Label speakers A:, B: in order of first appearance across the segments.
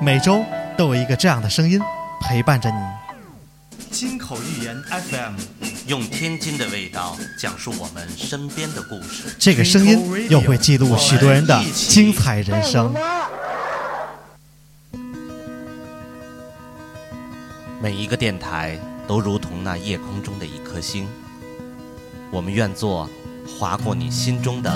A: 每周都有一个这样的声音陪伴着你。
B: 金口玉言 FM，
C: 用天津的味道讲述我们身边的故事。
A: 这个声音又会记录许多人的精彩人生。
C: 每一个电台都如同那夜空中的一颗星，我们愿做划过你心中的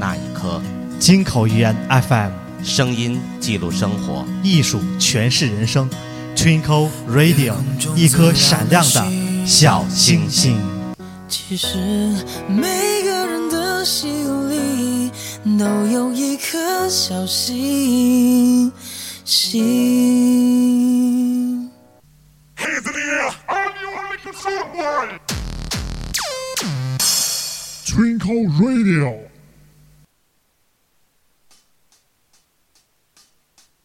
C: 那一颗。
A: 金口玉言 FM，
C: 声音记录生活，
A: 艺术诠释人生。Twinkle Radio，一颗闪亮的小星星。
D: 其实每个人的心里都有一颗小星星。
E: Twinkle Radio.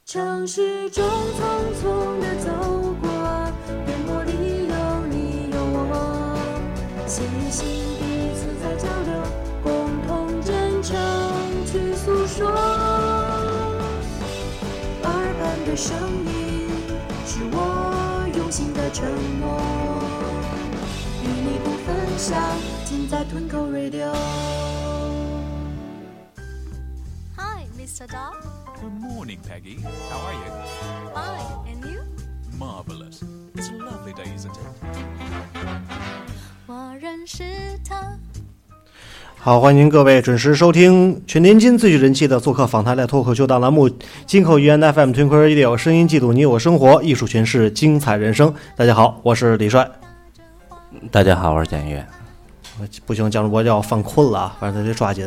F: 城市中匆匆地走过，眼眸里有你有我，心与心彼此在交流，共同真诚去诉说。耳畔的声音是我用心的承诺，与你不分享，尽在吞口 radio。
G: Hi, Mr. Dog.
H: Good morning, Peggy. How are you?
G: Fine, and you?
H: Marvelous. It's a lovely day, isn't it?
G: 我认识他，
I: 好，欢迎各位准时收听全天津最具人气的做客访谈类脱口秀档栏目《金口玉言 FM》t w i n k l e Radio，声音记录你我生活，艺术诠释精彩人生。大家好，我是李帅。
C: 大家好，我是简月。
I: 不行，江主播就要犯困了啊！反正他得抓紧，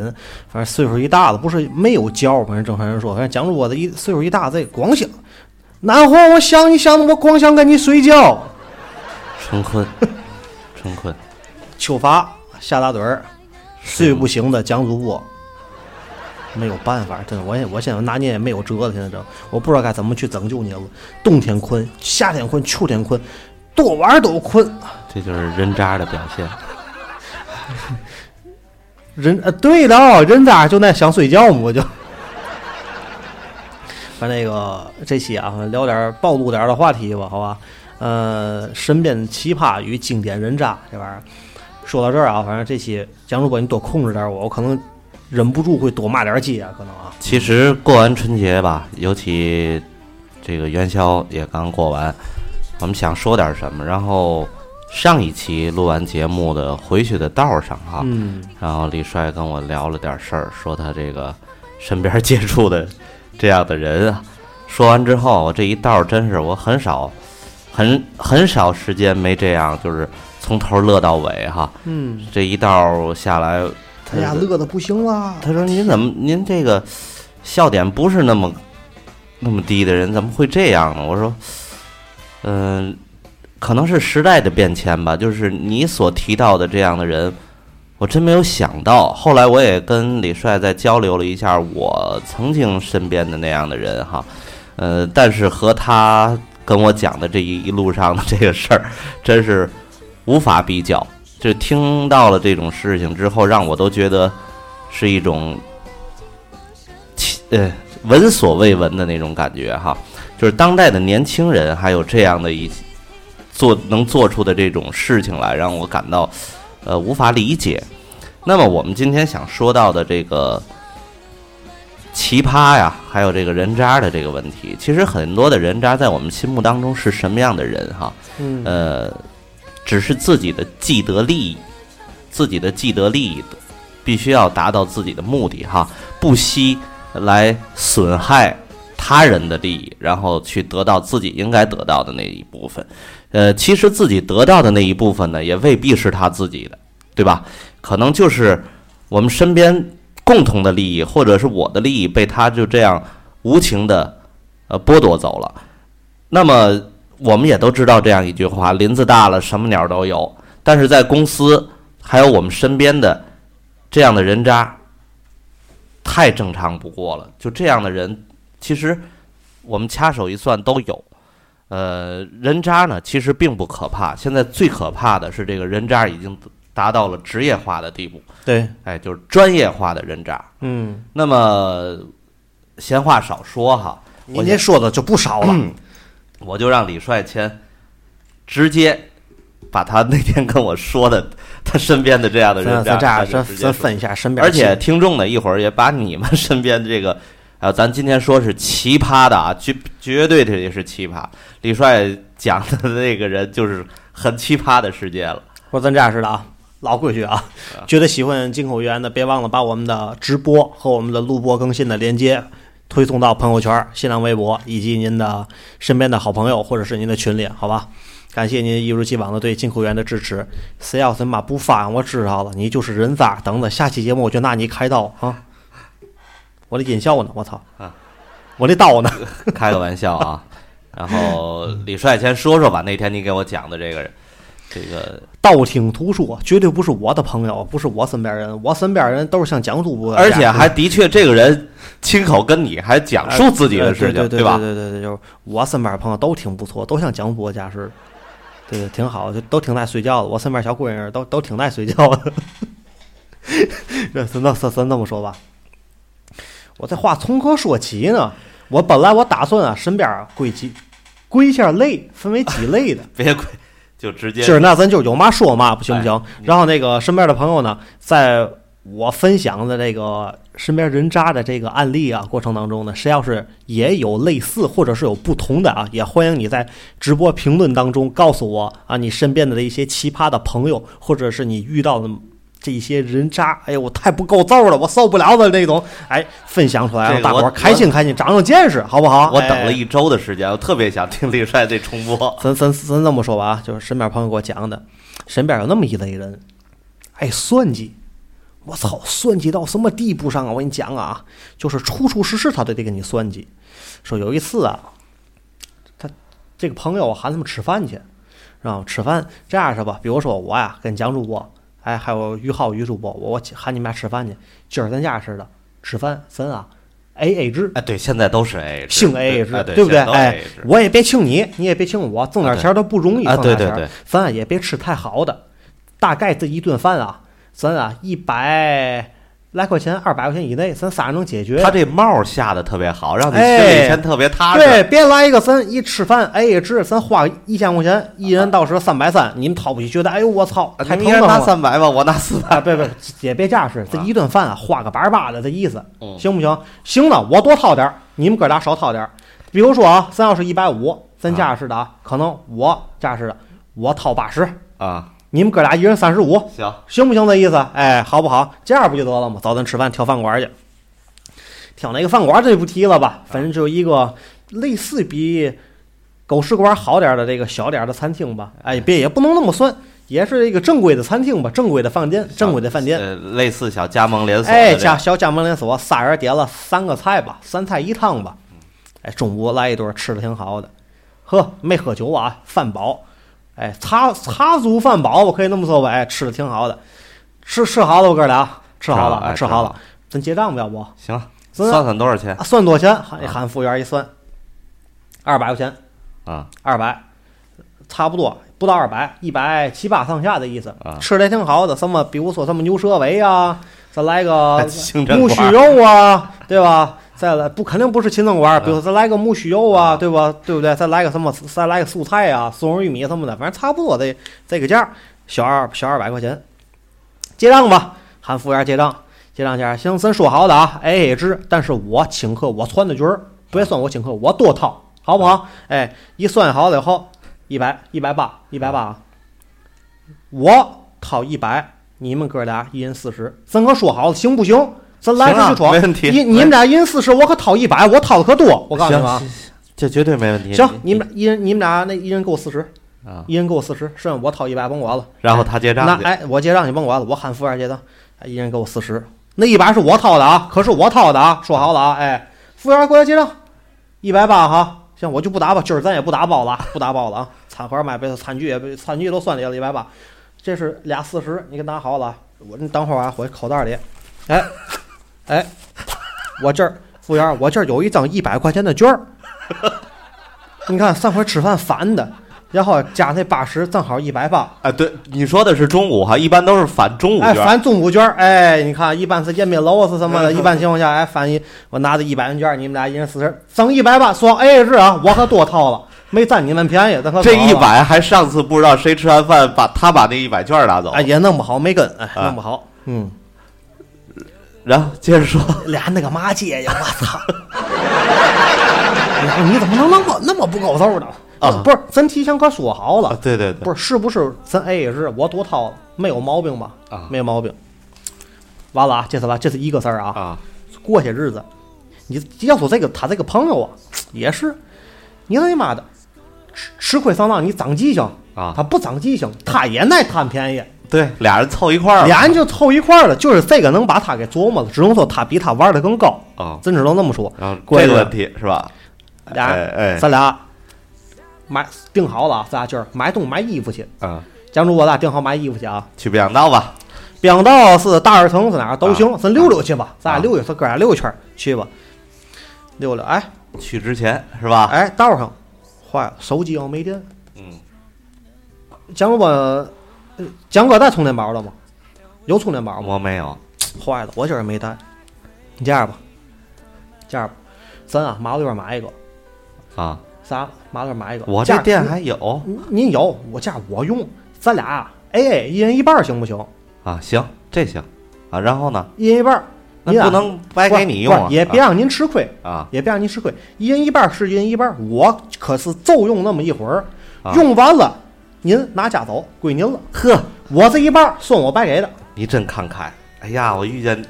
I: 反正岁数一大了，不是没有教，反正正常人说，反正江主播的一岁数一大，这光想南花，我想你想的，我光想跟你睡觉。
C: 陈坤，陈坤，
I: 秋乏下大盹儿，最不行的蒋主播，没有办法，真的，我也我现在拿捏也没有辙了，现在这我不知道该怎么去拯救你了。冬天困，夏天困，秋天困，多玩儿都困。
C: 这就是人渣的表现。
I: 人呃，对了，人渣就那想睡觉嘛，我就。 把那个这期啊，聊点儿暴露点儿的话题吧，好吧？呃，身边奇葩与经典人渣这玩意儿，说到这儿啊，反正这期蒋主播你多控制点儿我，我可能忍不住会多骂点儿街啊，可能啊。
C: 其实过完春节吧，尤其这个元宵也刚过完，我们想说点什么。然后上一期录完节目的回去的道上哈，
I: 嗯，
C: 然后李帅跟我聊了点事儿，说他这个身边接触的这样的人啊。说完之后，我这一道儿真是我很少，很很少时间没这样，就是从头乐到尾哈。
I: 嗯，
C: 这一道儿下来，他
I: 哎呀，乐的不行啦！
C: 他说：“您怎么您这个笑点不是那么那么低的人，怎么会这样呢？”我说：“嗯、可能是时代的变迁吧，就是你所提到的这样的人，我真没有想到。后来我也跟李帅再交流了一下我曾经身边的那样的人哈，呃，但是和他跟我讲的这一一路上的这个事儿，真是无法比较。”就听到了这种事情之后，让我都觉得是一种其呃闻所未闻的那种感觉哈，就是当代的年轻人还有这样的一做能做出的这种事情来，让我感到呃无法理解。那么我们今天想说到的这个奇葩呀，还有这个人渣的这个问题，其实很多的人渣在我们心目当中是什么样的人哈？
I: 嗯
C: 呃，只是自己的既得利益，自己的既得利益必须要达到自己的目的哈，不惜来损害他人的利益，然后去得到自己应该得到的那一部分。呃，其实自己得到的那一部分呢，也未必是他自己的，对吧？可能就是我们身边共同的利益，或者是我的利益被他就这样无情的呃剥夺走了。那么我们也都知道这样一句话：林子大了，什么鸟都有。但是在公司还有我们身边的这样的人渣，太正常不过了。就这样的人，其实我们掐手一算都有。呃，人渣呢，其实并不可怕。现在最可怕的是这个人渣已经达到了职业化的地步，
I: 对，
C: 哎，就是专业化的人渣。
I: 嗯
C: 那么闲话少说哈，
I: 您这说的就不少了。
C: 嗯，我就让李帅谦直接把他那天跟我说的他身边的这样的人，
I: 咱咱这样，
C: 咱就
I: 咱
C: 直接
I: 咱
C: 说
I: 分一下身边
C: 而
I: 的亲戚，
C: 且听众呢，一会儿也把你们 身边的这个，呃，咱今天说是奇葩的啊，绝绝对的也是奇葩。李帅讲的那个人就是很奇葩的世界了。
I: 说咱这样似的啊，老规矩啊，觉得喜欢金口源的，别忘了把我们的直播和我们的录播更新的链接推送到朋友圈、新浪微博以及您的身边的好朋友或者是您的群里，好吧？感谢您一如既往的对金口源的支持。谁要他妈不发，我知道了，你就是人渣。等着下期节目我就拿你开刀啊！我的音效呢？我操！
C: 啊
I: 我的刀呢？
C: 开个玩笑啊。然后李帅先说说吧，那天你给我讲的这个人，这个，
I: 道听途说，绝对不是我的朋友，不是我身边人，我身边人都是像蒋主播这
C: 而
I: 样，
C: 且还的确这个人亲口跟你还讲述自己的事情，
I: 呃哎对对
C: 吧？
I: 对对对，就是我身边朋友都挺不错，都像蒋博家似的，对，挺好，就都挺爱睡觉的。我身边小闺女儿都都挺爱睡觉的。 这咱那咱咱这么说吧，我这话从何说起呢？我本来我打算啊，身边儿归几归一下类，分为几类的。
C: 别亏，就直接
I: 今儿那咱就有嘛说嘛，不行不行。
C: 哎
I: 然后那个身边的朋友呢，在我分享的这个身边人渣的这个案例啊过程当中呢，谁要是也有类似或者是有不同的啊，也欢迎你在直播评论当中告诉我啊，你身边的一些奇葩的朋友，或者是你遇到的。这一些人渣，哎呦，我太不够揍了，我受不了的那种，哎，分享出来
C: 这
I: 让
C: 个
I: 大伙
C: 我
I: 儿开心开心，长长见识，好不好？
C: 我等了
I: 哎
C: 一周的时间，我特别想听李帅这重 播。
I: 咱咱咱这么说吧啊，就是身边朋友给我讲的，身边有那么一类人，爱算计。我操，算计到什么地步上啊？我跟你讲啊，就是处处事事他都得跟你算计。说有一次啊，他这个朋友啊喊他们吃饭去，然后吃饭这样是吧？比如说我呀跟蒋主播，哎，还有于浩于主播，我我喊你们俩吃饭去，今儿咱家似的吃饭，咱啊 A A 制，
C: 哎，对，现在都是 A A 制，
I: 姓 A 也
C: 哎
I: 是，
C: 对
I: 不对？
C: 现在都是 A
I: 哎
C: A 制，
I: 我也别请你，你也别请我，挣点钱都不容易。
C: 啊
I: 挣点
C: 对
I: 钱
C: 对对，
I: 咱也别吃太好的，大概这一顿饭啊，咱啊一百来块钱、二百块钱以内，咱仨人能解决。
C: 他这帽下的特别好，让你心
I: 哎
C: 里先特别踏实。
I: 对，别来一个咱一吃饭，哎也值，咱花一千块钱，一人到时三百三，你们掏不起，觉得哎呦我操，
C: 啊
I: 太
C: 你
I: 疼
C: 一人
I: 了。
C: 拿三百吧，我拿四百。
I: 啊，别别，也别架势，这一顿饭啊，花个百八的这意思，
C: 嗯
I: 行不行？行了，我多掏点儿，你们哥俩少掏点儿。比如说啊，咱要是一百五，咱架势的啊，可能我架势的，我掏八十，
C: 啊，
I: 你们哥俩一人三十五，
C: 行，
I: 行不行？这意思，哎，好不好？这样不就得了吗？早咱吃饭，挑饭馆去。挑哪个饭馆这就不提了吧，反正就一个类似比狗食馆好点儿的这个小点儿的餐厅吧。哎，别也不能那么算，也是一个正规的餐厅吧，正规的饭店，正规的饭店。
C: 呃，类似小加盟连锁的
I: 哎，
C: 这
I: 加
C: 种，
I: 小加盟连锁，仨人点了三个菜吧，三菜一汤吧。
C: 嗯
I: 哎，中午来一顿，吃的挺好的，呵，没喝酒啊，饭饱。哎，茶茶足饭饱，我可以那么说吧。哎，吃的挺好的，吃吃好了，我哥俩吃好
C: 哎
I: 了，吃好
C: 好
I: 了，，咱结账吧，要不？
C: 行，
I: 咱
C: 算算多少钱
I: 啊算多少钱？喊喊服务员一算，二百块钱，
C: 啊？
I: 二百，差不多不到二百，一百七八上下的意思。
C: 啊
I: 吃的挺好的，什么比如说什么牛舌尾啊，再来个
C: 清真
I: 木须
C: 馆
I: 肉啊，对吧？再来不肯定不是秦正馆，比如说再来个木须肉啊，对吧？对不对？再来个什么，再来个素菜啊，松仁玉米什么的，反正差不多这这个价儿，小二小二百块钱，结账吧，喊服务员结账，结账价行，咱说好的啊，A A 制，但是我请客我攒的局儿，别算我请客，我多掏，好不好？哎，一算好了以后，一百一百八一百八啊，我掏一百，你们哥俩一人四十，咱可说好了，行不行？咱来
C: 行啊
I: 这就闯，
C: 没问题
I: 你你们俩一人四十，我可掏一百，我掏的可多，我告诉你们啊
C: 行，，这绝对没问题。
I: 行，你们俩一人你们俩那一人给我四十，
C: 啊，
I: 一人给我四十，剩下我掏一百，甭管了。
C: 然后他结账
I: 那
C: 去，
I: 哎，我结账你甭管了，我喊服务员结账，哎一人给我四十，那一百是我掏的啊，可是我掏的啊，说好了啊，哎，服务员过来结账，一百八哈，行，我就不打吧，今儿咱也不打包了啊，不打包了啊，餐盒买杯餐具也被餐具都算里了，一百八，这是俩四十，你给拿好了啊，我你等会儿啊，我口袋里，哎，哎，我这儿服务员，我这儿有一张一百块钱的券儿，你看上回吃饭烦的。然后加那八十正好一百八。
C: 啊，对，你说的是中午哈，一般都是返中午
I: 哎，
C: 券。
I: 返中午券儿，哎，你看，一般是宴宾楼啊是什么
C: 嗯
I: 的，一般情况下，哎，返一我拿着一百元券儿，你们俩一人四十，整一百吧，爽，哎，是啊，我可多掏了，没占你们便宜，咱可
C: 这
I: 高了
C: 一百还上次不知道谁吃完饭把他把那一百券拿走，
I: 哎，也弄不好，没跟，哎，
C: 啊
I: 弄不好，嗯，
C: 然后接着 说，
I: 俩那个嘛街呀，我操！ 哎你怎么能那么那么不够揍呢？
C: 啊
I: 不是，咱提前可说好了
C: 啊，，对对对，
I: 不是，是不是咱 A 也是我多掏了，没有毛病吧？
C: 啊
I: 没有毛病。完了啊，这次吧，这是一个事儿啊。
C: 啊，
I: 过些日子，你要说这个他这个朋友啊，也是，你他妈的吃吃亏上当，你长记性
C: 啊
I: 他不长记性，他也爱贪便宜，
C: 对，俩人凑一块儿了，
I: 俩人就凑一块儿了。就是这个能把他给琢磨了，只能说他比他玩的更高，
C: 啊，
I: 真只能那么说。
C: 然后
I: 过一
C: 这
I: 会
C: 个
I: 儿
C: 问题是吧？
I: 俩
C: 哎哎
I: 咱俩买定好了啊，咱俩今儿买东西买衣服去。
C: 啊，
I: 江主，我俩定好买衣服去啊。
C: 去北洋道吧，
I: 北洋道是大悦城是哪儿都行
C: 啊，
I: 咱溜溜去吧，咱
C: 啊
I: 俩溜溜，咱哥俩溜一圈儿去吧，溜溜。哎，
C: 去之前是吧？
I: 哎，道上坏了，手机要没电。
C: 嗯，
I: 蒋哥，呃蒋哥带充电宝了吗？有充电宝吗？
C: 我没有，
I: 坏了，我今儿没带。你这样吧，这样吧，咱啊马路边买一个，
C: 啊，
I: 咱马路边买一个。
C: 我
I: 这
C: 这店
I: 样
C: 还有
I: 您您有，我这样我用，咱俩啊 AA 一人一半儿行不行？
C: 啊，行，这行啊，然后呢，
I: 一人一半儿，
C: 那
I: 你俩
C: 不能白给你用
I: 不
C: 啊，
I: 是也别让您吃亏，
C: 啊
I: 也别让您吃亏。一人一半儿是一人一半儿，我可是就用那么一会儿，
C: 啊
I: 用完了您拿家走，归您了。
C: 呵，
I: 我这一半儿算我白给的，
C: 你真慷慨，哎呀，我遇见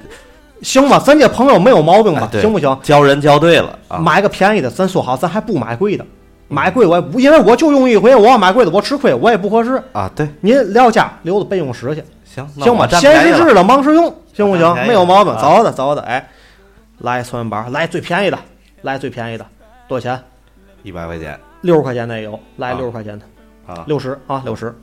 I: 行吧？咱这朋友没有毛病吧？
C: 哎对
I: 行不行？
C: 交人交对了啊，嗯
I: 买个便宜的，咱说好，咱还不买贵的。买贵我也不，因为我就用一回，我要买贵的我吃亏，我也不合适。
C: 啊，对，
I: 您撂家留着备用使去，
C: 行，那
I: 行
C: 我
I: 吧？
C: 占
I: 闲
C: 便宜
I: 时
C: 了
I: 制了，忙时用，行不
C: 我
I: 行
C: 占便？宜
I: 没有毛病，
C: 了啊
I: 走的走的，哎，来充电宝，来最便宜的，来最便宜的，多少钱？
C: 一百块钱
I: 六十块钱的也有，来
C: 啊
I: 六十块钱的，
C: 啊，
I: 六十啊，六十。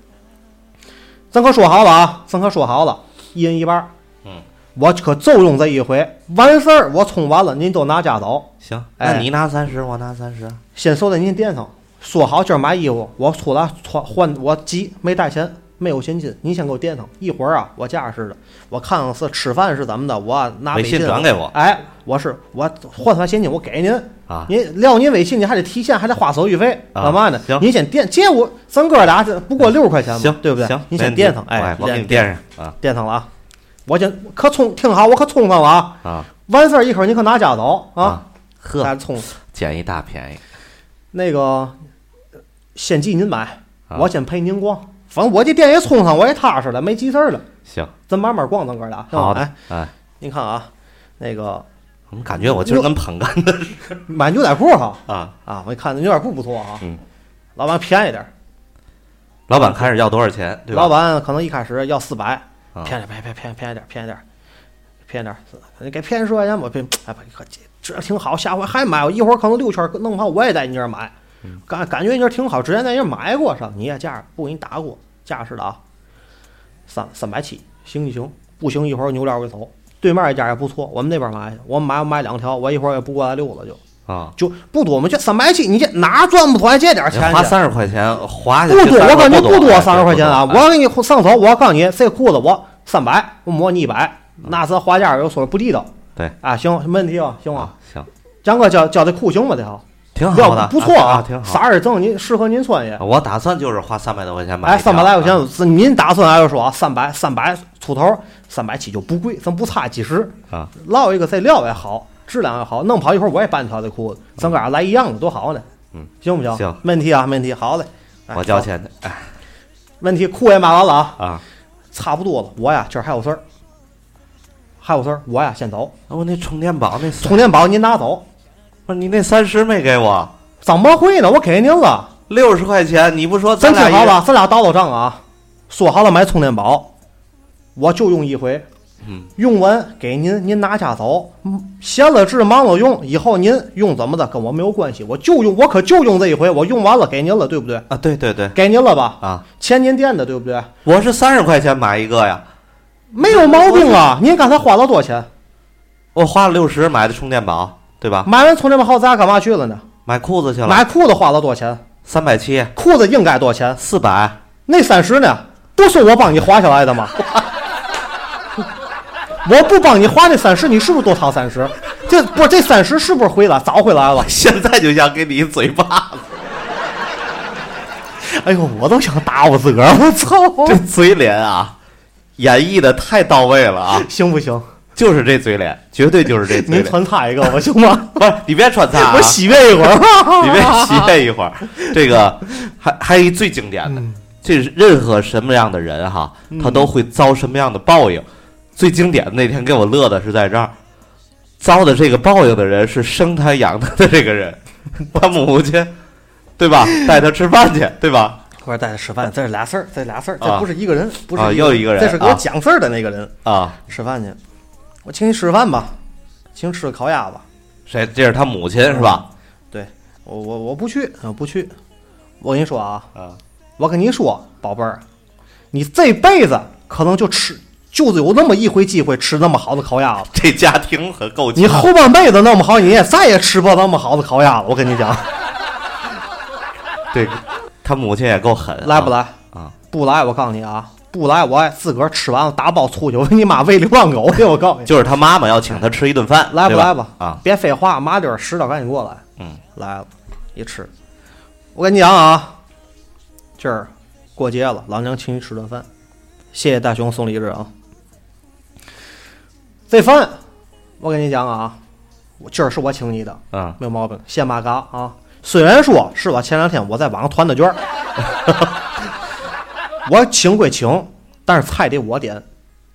I: 咱可说好了啊，咱可说好了，一人一半儿。
C: 嗯，
I: 我可就用这一回，完事儿我充完了，您就拿家走。
C: 行，
I: 哎
C: 那你拿三十，我拿三十，啊
I: 先收在您店上，说好今儿买衣服，我出来穿换，我急没带钱，没有现金，您先给我垫上。一会儿啊，我家似的，我看看是吃饭是怎么的，我啊拿
C: 微
I: 信
C: 信转给我
I: 哎，我是我换算现金，我给您。
C: 啊，
I: 您撂您微信，您还得提现，还得花手续费，
C: 啊
I: 干嘛呢？
C: 行
I: 您先垫借我，咱哥俩啊这不过六十块钱嘛，
C: 行，
I: 对不对？
C: 行，
I: 您
C: 没
I: 先
C: 问
I: 垫
C: 题
I: 上，
C: 哎，我给你
I: 垫
C: 垫上啊
I: 垫上了啊！我先可充，听好，我可充上了啊！
C: 啊
I: 完事儿一会儿您可拿家走啊，
C: 啊，
I: 咱
C: 呵，
I: 充
C: 捡一大便宜，
I: 那个呃先记您买，
C: 啊
I: 我先陪您逛。反正我这店也充上，我也踏实了，没急事儿了。
C: 行，
I: 咱慢慢逛，咱哥俩。行吧
C: 好的
I: 哎，
C: 哎，
I: 您看啊，那个
C: 我感觉我今儿跟捧哏的
I: 买牛仔裤哈
C: 啊，
I: 啊，我一看那牛仔裤不错啊，
C: 嗯
I: 老板便宜点儿，
C: 老板开始要多少钱，对吧？
I: 老板可能一开始要四百，
C: 啊
I: 便宜点儿，便宜便宜便宜点儿，便宜点儿，便宜点儿，你给便宜十块钱吧，便宜哎不，可这这挺好，下回还买，我一会儿可能六圈儿弄不好我也在你这儿买，
C: 嗯
I: 感感觉你这儿挺好，之前在你这儿买过上，你也价不给你打过，价是的啊，三三百七，行不行？不行，一会儿我扭脸我就走。对面一家也不错，我们那边买去，我们买我买两条，我一会儿也不过来溜了就，
C: 啊，
I: 就不多，我们就三百七，你这哪赚不出来这点儿钱去？
C: 花三十块钱花下
I: 不
C: 去，
I: 多，我感觉不
C: 不
I: 多，三十块钱啊！
C: 哎
I: 我要给你上手，我告诉你，这裤子我三百，我摸你一百，那咱花价又说不地道。
C: 对
I: 啊，行，没问题吧？行吧
C: 啊，，行，
I: 江哥交交的裤行吧？这好，
C: 挺好
I: 要
C: 的，
I: 不错
C: 啊，挺好。啊
I: 色儿正，您适合您穿也。
C: 我打算就是花三百多块钱买，啊
I: 哎，三百来块钱，是您打算还是说啊，三百三百出头，三百起就不贵，咱不差几十。
C: 啊，
I: 落一个这料也好，质量也好，弄不好一会儿我也办条这裤子，咱哥俩来一样的多好呢。
C: 嗯，
I: 行不行？
C: 行
I: 没问题啊，没问题，好嘞。哎
C: 我交。钱去，哎
I: 问题裤也买完了啊。
C: 啊，
I: 差不多了，我呀今儿还有事儿，还有事儿，我呀先走。
C: 我哦那充电宝那
I: 充电宝您拿走，
C: 不是你那三十没给我，
I: 怎么会呢？我给您了，
C: 六十块钱，你不说咱
I: 咱
C: 俩
I: 听
C: 一
I: 好了，咱俩叨叨账啊，说好了买充电宝，我就用一回，
C: 嗯，
I: 用完给您，您拿家走，嗯闲了治，忙了用，以后您用怎么的跟我没有关系，我就用，我可就用这一回，我用完了给您了，对不对？
C: 啊？对对对
I: 给您了吧，
C: 啊，
I: 前年垫的对不对？
C: 我是三十块钱买一个呀，
I: 没有毛病啊！您刚才花了多少钱？
C: 我花了六十买的充电宝，对吧？
I: 买完充电宝后，咱俩干嘛去了呢？
C: 买裤子去了，
I: 买裤子花了多少钱？
C: 三百七，
I: 裤子应该多少钱？
C: 四百，
I: 那三十呢？不是我帮你划下来的吗？ 我不帮你划那三十，你是不是多掏三十？这不是这三十是不是回来早回来了？
C: 现在就想给你一嘴巴子，
I: 哎呦，我都想打我自个儿！我操，
C: 这嘴脸啊，演绎的太到位了啊！
I: 行不行？
C: 就是这嘴脸，绝对就是这嘴
I: 您
C: 脸。
I: 穿插一个吧，行吗？
C: 不是，你别穿 插、啊，
I: 我喜悦一会儿。
C: 你别洗练一会儿。这个还还有一最经典的，这是任何什么样的人哈，他都会遭什么样的报应。最经典的那天给我乐的是在这儿，遭的这个报应的人是生他养他的这个人，他母亲，对吧？带他吃饭去，对吧？
I: 一会儿带他吃饭，这是俩事儿，这俩事儿，
C: 啊
I: 这不是一个人，不是
C: 啊又一个人
I: 这是给我
C: 啊
I: 讲事儿的那个人。
C: 啊，
I: 吃饭去，我请你吃饭吧，请吃烤鸭吧。
C: 谁？这是他母亲是吧？
I: 对我我我不去，啊不去。我跟你说啊，
C: 啊，
I: 我跟你说，宝贝儿，你这辈子可能就吃，就是有那么一回机会吃那么好的烤鸭了。
C: 这家庭可够
I: 你
C: 呛。
I: 后半辈子弄不好，你也再也吃不到那么好的烤鸭了。我跟你 讲，
C: 对，他母亲也够狠、
I: 来不？来？
C: 啊，
I: 不来，我告诉你啊，不来，我还自个儿吃完了打包出去，我给你妈喂流浪狗去。我告诉你，
C: 就是他妈妈要请他吃一顿饭，
I: 来不
C: 对
I: 来
C: 吧
I: 吧？？
C: 啊，
I: 别废话，麻溜儿拾到赶紧过来。
C: 嗯，
I: 来了，一吃，我跟你讲啊，今儿过节了，老娘请你吃顿饭，谢谢大熊送礼纸啊。这饭，我跟你讲啊，我今儿是我请你的，
C: 嗯，
I: 没有毛病，现八嘎啊。虽然说是我前两天我在网上团的券儿， 我请归请，但是菜得我点，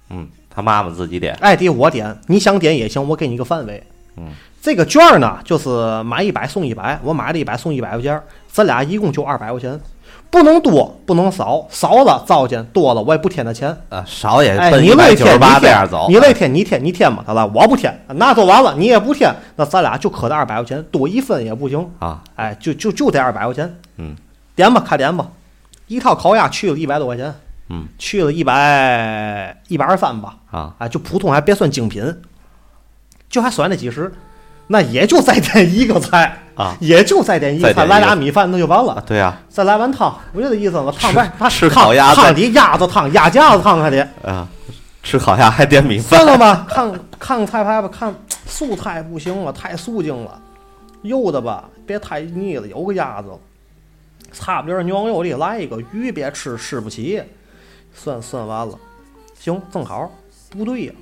C: 嗯，他妈妈自己点。
I: 爱得我点，你想点也行，我给你一个范围。
C: 嗯，
I: 这个券儿呢，就是买一百送一百，我买了一百送一百块钱儿，咱俩一共就二百块钱，不能多，不能少，少了糟践，多了我也不添他钱。
C: 啊，少也
I: 哎，
C: 奔
I: 你
C: 一百
I: 累
C: 九
I: 添
C: 十八
I: 你
C: 这
I: 添
C: 样走，啊
I: 你累添你添你添吧，他了，我不添，那就完了，你也不添，那咱俩就磕这二百块钱，多一分也不行。
C: 啊，
I: 哎，就就就这二百块钱，
C: 嗯，
I: 点吧，开点吧，一套烤鸭去了一百多块钱，
C: 嗯，
I: 去了一百一百二三吧，
C: 啊，
I: 啊，就普通还别算精品，就还算那几十，那也就再点一个菜
C: 啊
I: 也就再点一个
C: 再
I: 菜，
C: 点
I: 来
C: 一个
I: 俩米饭那就完了，
C: 对啊呀、
I: 再来碗汤，不就这意思吗？汤外
C: 吃
I: 汤
C: 烤鸭
I: 汤
C: 再
I: 底鸭子汤、鸭架子汤还得，
C: 啊，吃烤鸭还点米
I: 算
C: 饭，
I: 了吧， 看看看菜牌吧，看素菜不行了，太素净了，油的吧别太腻了，有个鸭子，差不离儿牛羊肉里来一个，鱼别吃吃不起，算算完了，行正好，不对呀、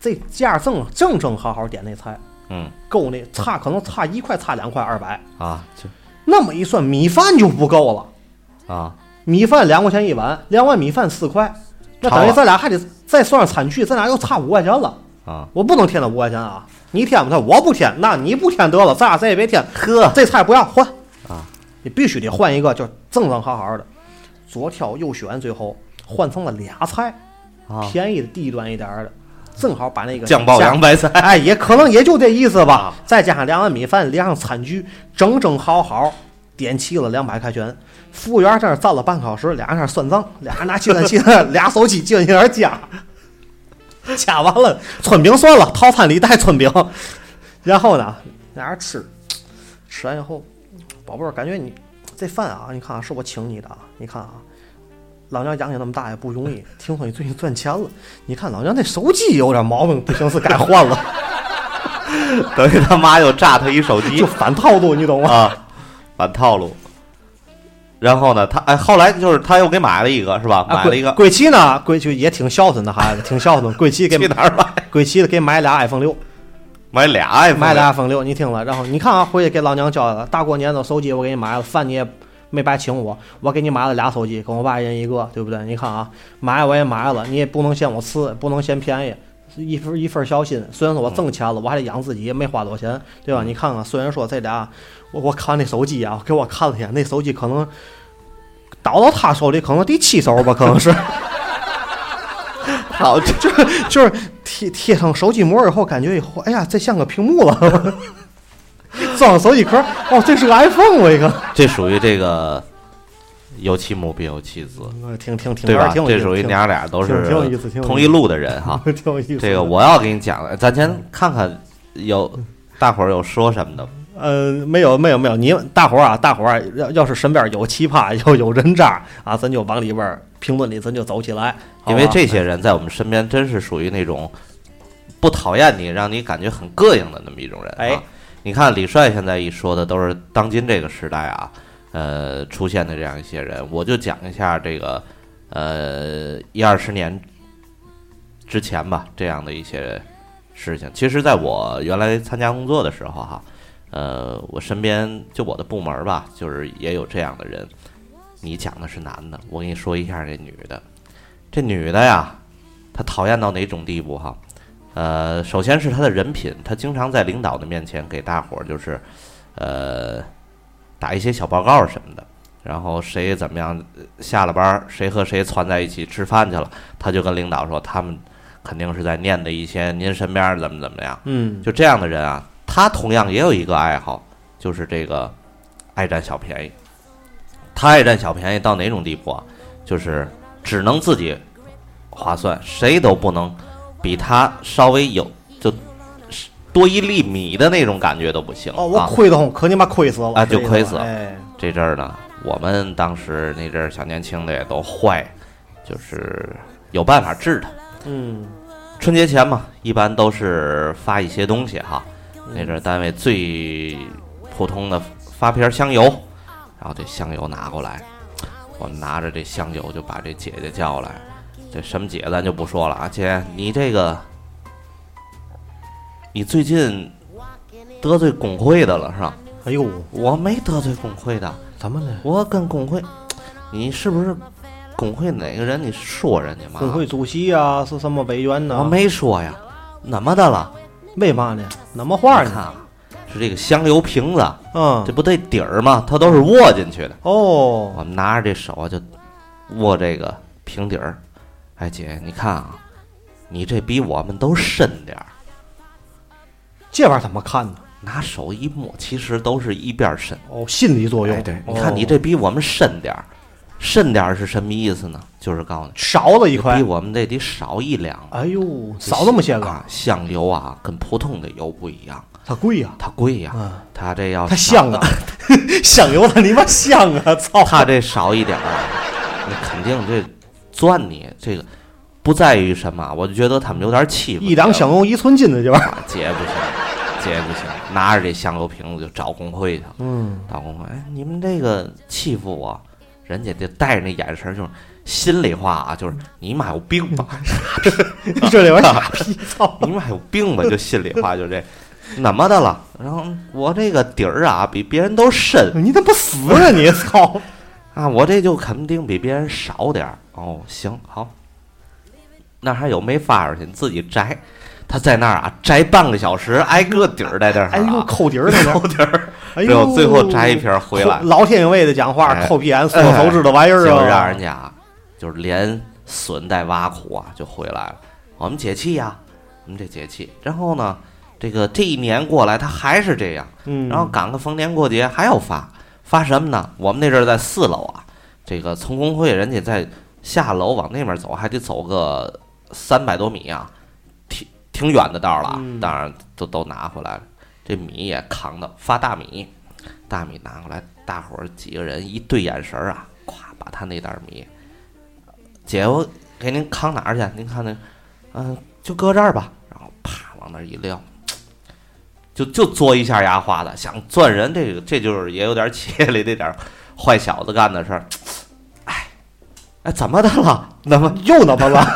I: 这价正正正好好点那菜，
C: 嗯，
I: 够那差可能差一块差两块二百，
C: 啊，就
I: 那么一算米饭就不够了。
C: 啊，
I: 米饭两块钱一碗，两碗米饭四块，那等
C: 超
I: 于
C: 了
I: 咱俩还得再算上餐具，咱俩又差五块钱了。
C: 啊，
I: 我不能添那五块钱啊！你添不添？我不添，那你不添得了，咱俩谁也别添。
C: 呵，
I: 这菜不要换
C: 啊！
I: 你必须得换一个，就正正好好的，左挑右选，最后换成了俩菜，
C: 啊，
I: 便宜的、低端一点儿的，正好把那个
C: 酱爆
I: 价
C: 洋白菜，
I: 哎，也可能也就这意思吧。再加上两碗米饭，连上餐具，整整好好点齐了两百块钱。服务员在那儿站了半个小时，俩人在那儿算账，俩人拿计算器，俩手机计算器在那儿加，加完了春饼算了，套餐里带春饼。然后呢，俩人吃，吃完以后，宝贝儿，感觉你这饭啊，你看啊，是我请你的啊，你看啊。老娘养你那么大也不容易，听说你最近赚钱了，你看老娘那手机有点毛病，不行是该换了。
C: 等于他妈又炸他一手机
I: 就反套路，你懂吗？
C: 啊， 反套路。然后呢，他哎，后来就是他又给买了一个是吧？
I: 啊
C: 买了一个
I: 鬼七呢，鬼七也挺孝顺的孩子，挺孝顺。鬼七给
C: 去哪儿买？
I: 鬼七给买俩 iPhone 六，
C: 买俩 iPhone，
I: 买俩 iPhone 六，你听了，然后你看啊，回去给老娘交代了，大过年的手机我给你买了，饭你也没白请我，我给你买了俩手机，跟我爸一人一个，对不对？你看啊，买我也买了，你也不能嫌我次，不能嫌便宜。一份一份孝心，虽然说我挣钱了，我还得养自己，也没花多钱，对吧？你看看，虽然说这俩，我我看那手机啊，给我看了一眼，那手机可能倒到他手里，可能第七手吧，可能是。好， 就就是贴贴上手机膜以后，感觉以后，哎呀，这像个屏幕了。 装上手机壳，哦，这是个 iPhone，我一个，
C: 这属于这个有其母必有其子，
I: 嗯挺挺挺
C: 对吧？
I: 挺有意
C: 这
I: 思，
C: 属于
I: 挺
C: 娘俩都是
I: 挺有意思挺有意思
C: 同一路的人哈。
I: 挺有意思的。嗯
C: 这个我要给你讲了，咱先看看有大伙儿有说什么的。
I: 呃，没有没有没有，你大伙儿啊，大伙儿啊要要是身边有奇葩， 有有人渣啊，咱就往里边儿评论里咱就走起来，好
C: 因为
I: 吧
C: 这些人在我们身边真是属于那种不讨厌你，让你感觉很膈应的那么一种人、啊。
I: 哎，
C: 你看李帅现在一说的都是当今这个时代啊，呃，出现的这样一些人，我就讲一下这个呃一二十年之前吧，这样的一些事情。其实，在我原来参加工作的时候哈、呃，我身边就我的部门吧，就是也有这样的人。你讲的是男的，我给你说一下这女的。这女的呀，她讨厌到哪种地步哈？呃，首先是她的人品，她经常在领导的面前给大伙儿就是，呃，打一些小报告什么的。然后谁怎么样，呃下了班儿谁和谁窜在一起吃饭去了，她就跟领导说，他们肯定是在念的一些您身边儿怎么怎么样。
I: 嗯，
C: 就这样的人啊，他同样也有一个爱好，就是这个爱占小便宜。他爱占小便宜到哪种地步啊？就是只能自己划算，谁都不能比他稍微有就多一粒米的那种感觉都不行。
I: 哦，我
C: 啊、
I: 亏得慌，可你妈亏死了
C: 啊就
I: 这个
C: 亏死了
I: 哎，
C: 这阵儿呢，我们当时那阵儿小年轻的也都坏，就是有办法治他。
I: 嗯，
C: 春节前嘛，一般都是发一些东西哈。那阵儿单位最普通的发瓶香油，然后这香油拿过来，我拿着这香油就把这姐姐叫来。这什么姐咱就不说了啊，姐，你这个，你最近得罪工会的了是吧？
I: 哎呦，
C: 我没得罪工会的，
I: 怎么呢？
C: 我跟工会，你是不是工会哪个人？你说人家嘛？
I: 工会主席啊，是什么委员呢？
C: 我没说呀，怎么的了？
I: 没嘛呢，那么话
C: 你看
I: 呢？
C: 啊，是这个香油瓶子，
I: 嗯
C: 这，不对底儿吗？它都是握进去的。
I: 哦，
C: 我们拿着这手啊，就握这个瓶底儿。哎，姐，你看啊，你这比我们都深点儿，
I: 这玩意儿怎么看呢？
C: 拿手一摸，其实都是一边儿深。
I: 哦，心理作用。
C: 哎，对，你
I: 哦
C: 看你这比我们深点儿，深点儿是什么意思呢？就是告诉你，
I: 少了一块
C: 比，我们这得少一两。
I: 哎呦，少那么些个，
C: 啊！香油啊，跟普通的油不一样，
I: 它贵呀，
C: 它贵呀、
I: 嗯
C: 它这要
I: 它
C: 少
I: 香啊， 香油它你妈香 啊，操！
C: 他这少一点儿啊， 你肯定这钻你这个不在于什么，我就觉得他们有点欺负你了。啊
I: 一两香油一寸金的这玩意儿，
C: 姐不行，姐不行，拿着这香油瓶子就找工会去了。
I: 嗯，
C: 到工会，哎，你们这个欺负我，人家就带着那眼神儿，就是心里话啊，就是你妈有病吧，啊
I: 这里边傻逼，操！
C: 你妈有病吧，就心里话就这，怎么的了？然后我这个底儿啊，比别人都深，
I: 你怎么不死啊你？操！
C: 啊，我这就肯定比别人少点儿。哦，行，好，那还有没发出去？你自己摘。他在那儿啊，摘半个小时，挨个底儿在这儿、啊，
I: 哎呦，抠底儿那个，抠底儿，哎
C: 最
I: 呦，
C: 后最后摘一瓶儿回来，
I: 老天爷的讲话，
C: 哎
I: 抠鼻眼、缩手指的玩意儿
C: 就
I: 啊，
C: 是让人家啊就是连损带挖苦啊，就回来了。我们解气呀、我们这解气。然后呢，这个这一年过来，他还是这样。
I: 嗯，
C: 然后赶个逢年过节还要发，发什么呢？我们那阵儿在四楼啊，这个从工会人家在下楼往那边走，还得走个三百多米啊，挺挺远的道儿了啊。
I: 嗯
C: 当然都都拿回来了，这米也扛的发大米，大米拿过来，大伙儿几个人一对眼神儿啊，咵把他那袋儿米，姐我给您扛哪儿去？您看那，嗯、就搁这儿吧。然后啪往那儿一撂。就就嘬一下牙花子，想钻人，这个这就是也有点企业里那点儿坏小子干的事儿。哎，哎，怎么的了？怎么
I: 又那么了，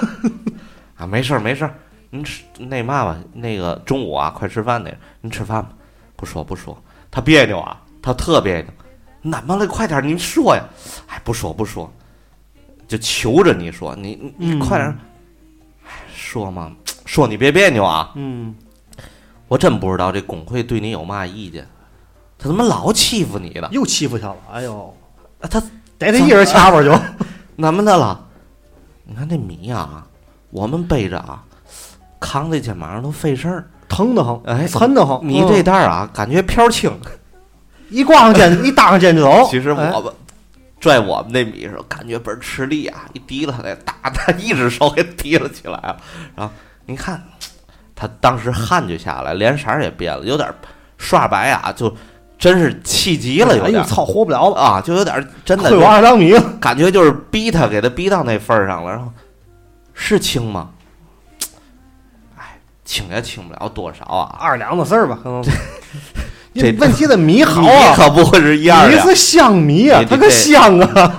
C: 啊？没事儿，没事儿。您吃那嘛吧，那个中午啊，快吃饭那，您吃饭吧。不说不说，他别扭啊，他特别扭。怎么了？快点儿，您说呀！哎，不说不说，就求着你说，你你你快点儿，哎，说嘛，说你别别扭啊。
I: 嗯，
C: 我真不知道这工会对你有嘛意见，他怎么老欺负你了？
I: 又欺负他了，哎呦，
C: 啊他
I: 逮他一人掐吧就，
C: 怎么的了？你看这米啊，我们背着啊，扛在肩膀上都费事儿。
I: 疼得慌，
C: 哎
I: 抻得慌。
C: 你
I: 嗯
C: 这袋儿啊，感觉飘轻。
I: 一挂上肩，一搭上肩就走。
C: 其实
I: 哎
C: 我们拽我们那米的时候，感觉倍儿吃力啊，一提了那大 他一只手给提了起来啊。然后你看，他当时汗就下来，脸色儿也变了，有点儿刷白啊，就真是气急了，有
I: 哎
C: 点
I: 呦，
C: 儿
I: 操，活不了了，
C: 啊，就有点儿真的
I: 会玩二当米了。
C: 感觉就是逼他，给他逼到那份儿上了。然后是轻吗？哎，轻也轻不了多少啊。
I: 二两子事儿吧， 可能。
C: 这
I: 问题的米好
C: 你
I: 啊，
C: 可不会是一二
I: 你
C: 两，
I: 是香米啊
C: 你，
I: 它
C: 这
I: 可香啊！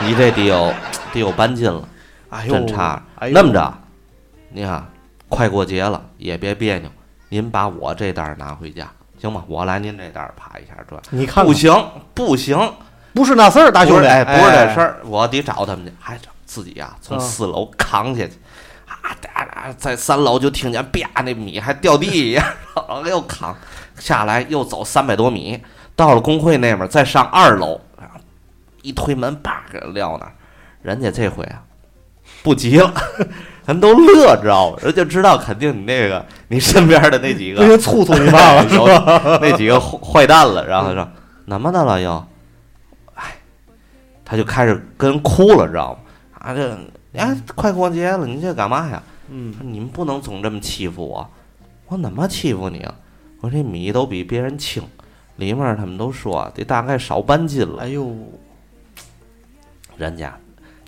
C: 你这得有得有半斤了，
I: 哎呦，
C: 真差。
I: 哎呦
C: 那么，着，你看，快过节了也别别扭，您把我这单儿拿回家行吗？我来您这单儿啪一下转，
I: 你看看
C: 不行不行，
I: 不是那事儿，大兄
C: 不
I: 弟，
C: 是哎，不是这事
I: 儿，
C: 儿，我得找他们去。还找自己呀、从
I: 嗯
C: 四楼扛下去，啊，哒哒，在三楼就听见啪，那米还掉地下，然后又扛下来，又走三百多米，到了工会那边儿再上二楼，然后一推门，叭给撂那儿。人家这回啊，不急了， 人都乐，知道吗？人就知道肯定你那个你身边的那几个
I: 那就促促你爸爸是
C: 有
I: 吧？
C: 那几个坏坏蛋了，然后
I: 嗯
C: 说怎么的了又，哎，他就开始跟人哭了，知道吗？啊，这哎，快过节了，你这干嘛呀？
I: 嗯，
C: 你们不能总这么欺负我，我怎么欺负你啊？我这米都比别人轻，里面儿他们都说得大概少半斤了
I: 哎。呦，
C: 人家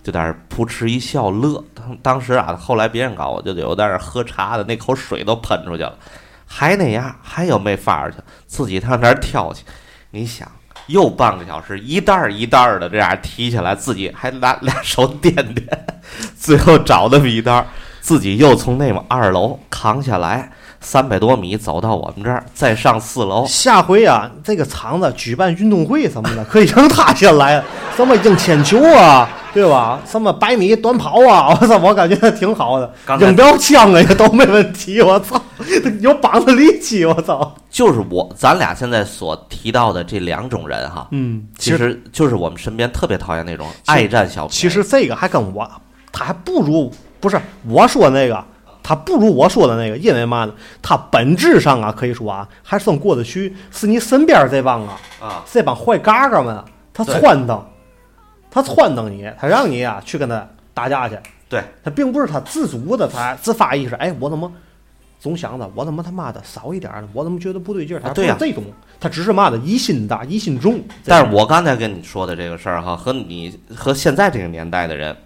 C: 就在那儿扑哧一笑乐。当当时啊，后来别人搞我，就有在那儿喝茶的，那口水都喷出去了，还那样，还有没法儿去，自己上那儿挑去。你想，又半个小时，一袋儿一袋儿的这样提起来，自己还拿俩手掂掂，最后找那么一袋儿，自己又从那么二楼扛下来。三百多米走到我们这儿，再上四楼，
I: 下回啊，这个厂子举办运动会什么的，可以让他先来，什么扔铅球啊，对吧？什么百米短跑啊，我操，我感觉挺好的
C: 刚，才
I: 扔标枪啊也都没问题，我操，有膀子力气，我操，
C: 就是我咱俩现在所提到的这两种人哈，
I: 嗯，
C: 其实就是我们身边特别讨厌那种爱占小便宜。
I: 其实这个还跟我，他还不如不是我说那个，他不如我说的那个，因为嘛呢？他本质上啊，可以说啊，还算过得去，是你身边这帮啊，
C: 啊，
I: 这帮坏嘎嘎们啊，他
C: 对
I: 撺掇，他撺掇你，他让你啊去跟他打架去，
C: 对
I: 他并不是他自主的，他自发意识，哎，我怎么？总想着我怎么他妈的少一点儿呢？我怎么觉得不对劲儿？他
C: 啊对呀
I: 不是这种，他只是嘛的疑心大疑心重。
C: 但是我刚才跟你说的这个事儿哈，和你和现在这个年代的人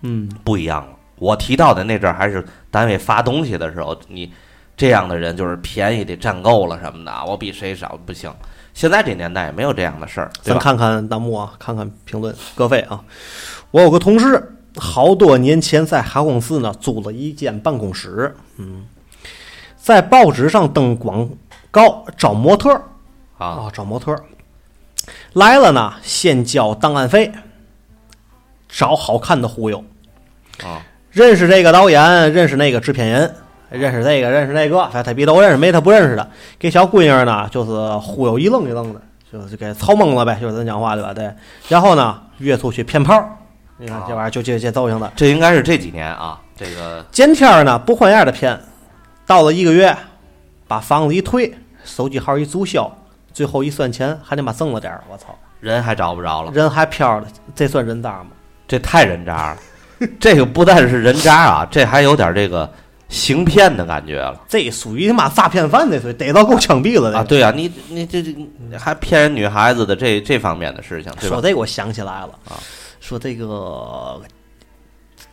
I: 嗯，
C: 不一样了。我提到的那阵儿还是单位发东西的时候，你这样的人就是便宜得占够了什么的，我比谁少不行。现在这年代也没有这样的事儿，对
I: 咱
C: 吧？
I: 看看弹幕啊，看看评论，各位啊，我有个同事，好多年前在航空公司呢租了一间办公室，嗯，在报纸上登广告招模特儿
C: 啊，
I: 啊，招模特儿来了呢，先交档案费，找好看的忽悠
C: 啊，
I: 认识这个导演，认识那个制片人。认识这个，认识那个，他他逼都认识，没他不认识的。给小姑娘呢，就是忽悠一愣一愣的，就是给操蒙了呗，就是咱讲话对吧？对。然后呢，约出去骗炮儿，你看这玩意儿就这这造型的。
C: 这应该是这几年啊，这个
I: 见天儿呢不换样的骗，到了一个月，把房子一退，手机号一注销，最后一算钱还得妈挣了点儿，我操，
C: 人还找不着了，
I: 人还飘了，这算人渣吗？
C: 这太人渣了。 这个不但是人渣啊，这还有点这个行骗的感觉了。
I: 这属于他妈诈骗犯，这属于逮到够枪毙了的
C: 啊，。对啊，你你这这还骗人女孩子的这这方面的事情，对
I: 说
C: 吧？啊
I: 这个我想起来了，说这个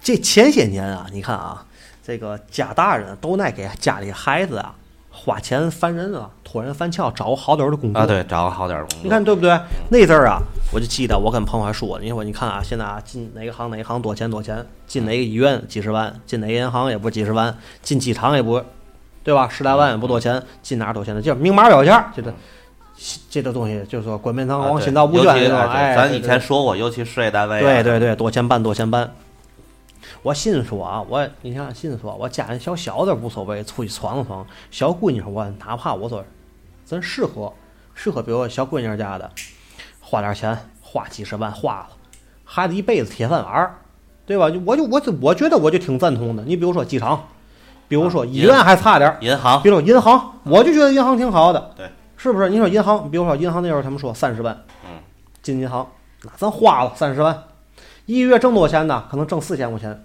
I: 这前些年啊，你看啊，这个家大人都爱给家里孩子啊花钱烦人啊，托人烦翘，找个好点儿的工作
C: 啊，对，找个好点儿工作。
I: 你看对不对？那阵儿啊，我就记得我跟朋友还说，你说你看啊，现在啊，进哪个行哪个行多钱多钱，进哪个医院
C: 嗯
I: 几十万，进哪个银行也不是几十万，进机场也不，对吧？十来万也不
C: 嗯
I: 多钱，进哪儿多钱的，就是明码标价，就是这个东西，就是说冠冕堂
C: 啊，
I: 皇，
C: 对
I: 心照不
C: 尤
I: 宣
C: 其
I: 那种。
C: 哎对
I: 哎，
C: 咱
I: 对
C: 以
I: 对
C: 前说过，尤其事业单位啊，
I: 对对对，多钱办多钱办。我心说啊，我你看，心说我家里小小的无所谓，出去闯闯。小姑娘我哪怕我说，咱适合适合，比如说小闺女家的，花点钱，花几十万花了，孩子一辈子铁饭碗儿，啊对吧？就我就我就我觉得我就挺赞同的。你比如说机场，比如说
C: 啊
I: 医院还差点儿，
C: 银行
I: 比如说银行，我就觉得银行挺好的，
C: 对，
I: 是不是？你说银行，比如说银行那时候他们说三十万，
C: 嗯，
I: 进银行，那咱花了三十万，一个月挣多少钱呢？
C: 嗯
I: 可能挣四千块钱，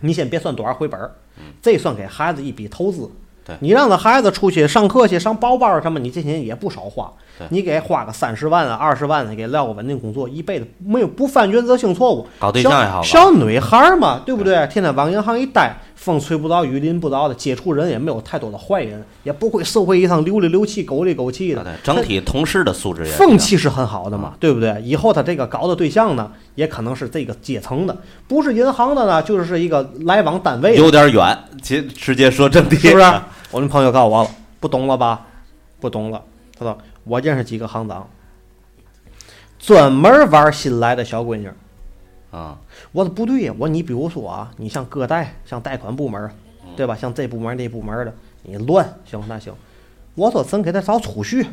I: 你先别算多少回本儿，这算给孩子一笔投资，
C: 对
I: 你让他孩子出去上课去，上包班什么，你这钱也不少花
C: 对。
I: 你给花个三十万啊、二十万的，给撂个稳定工作，一辈子没有不犯原则性错误。
C: 搞对象也好吧
I: 小小女孩儿嘛，对不对？天天往银行一待，风吹不着，雨淋不着的，接触人也没有太多的坏人，也不会社会意义上流里流气、狗里狗气
C: 啊对。
I: 的
C: 整体同事的素质也比较
I: 风气是很好的嘛，对不对？以后他这个搞的对象呢，也可能是这个阶层的，不是银行的呢，就是一个来往单位的，
C: 有点远，其实直接说正题
I: 哎是不是？啊我那朋友告诉我了，不懂了吧？不懂了。他说我认识几个行长，专门玩新来的小闺女儿。
C: 啊，
I: 我说不对呀，我说你比如说啊，你像个贷，像贷款部门儿，对吧？像这部门儿那部门儿的，你乱行那行。我说真给他找储蓄，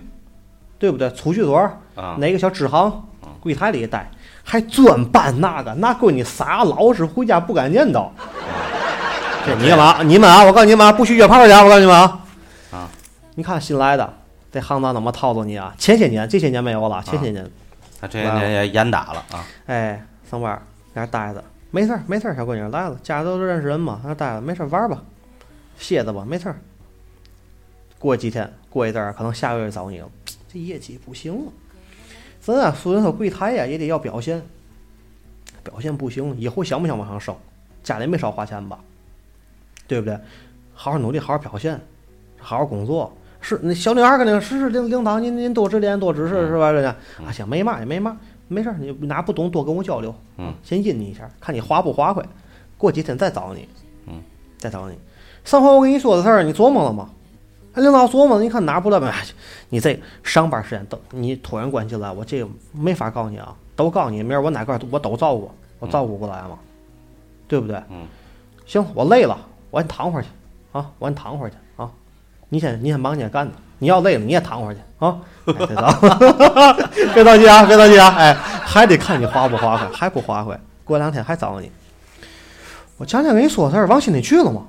I: 对不对？储蓄所儿
C: 啊
I: 哪个小支行柜台里待，还专办那个，那闺女傻老实，回家不敢念叨。这你干嘛？你们啊，我告诉你们啊，不许约炮去啊！我告诉你们啊，
C: 啊，
I: 你看新来的这行当怎么套路你啊？前些年，这些年没有了，前些年。
C: 他这人也严打了啊，
I: 哎，上班儿在那儿待着，没事儿没事儿，小闺女儿来了，家里都认识人嘛，在那儿待着没事儿玩儿吧，歇着吧，没事儿。过几天，过一阵儿，可能下个月找你了，这业绩不行了，真啊，说人说柜台呀、也得要表现，表现不行，以后想不想往上升？家里没少花钱吧？对不对？好好努力，好好表现，好好工作。是，那小女孩儿肯定是是领领导，您您多指点多指示是吧？人家啊，行，没嘛也没嘛，没事儿，你拿不懂多跟我交流，
C: 嗯，
I: 先引你一下，看你划不划快，过几天再找你，
C: 嗯，
I: 再找你。上回我跟你说的事儿，你琢磨了吗？哎，领导琢磨了，你看拿不了呗？哎你这上班时间等你突然关进来，我这个没法告诉你啊，都告诉你，明儿我哪块儿我都照顾，我照顾不来嘛，对不对？
C: 嗯，
I: 行，我累了，我先躺会儿去啊，我先躺会儿去啊，你先你先忙你先干的，你要累了你也躺会儿去啊，哎别着 别着急啊，别着急啊，哎，还得看你划不划快，还不划快，过两天还找你。我前天跟你说事儿，往心里去了吗？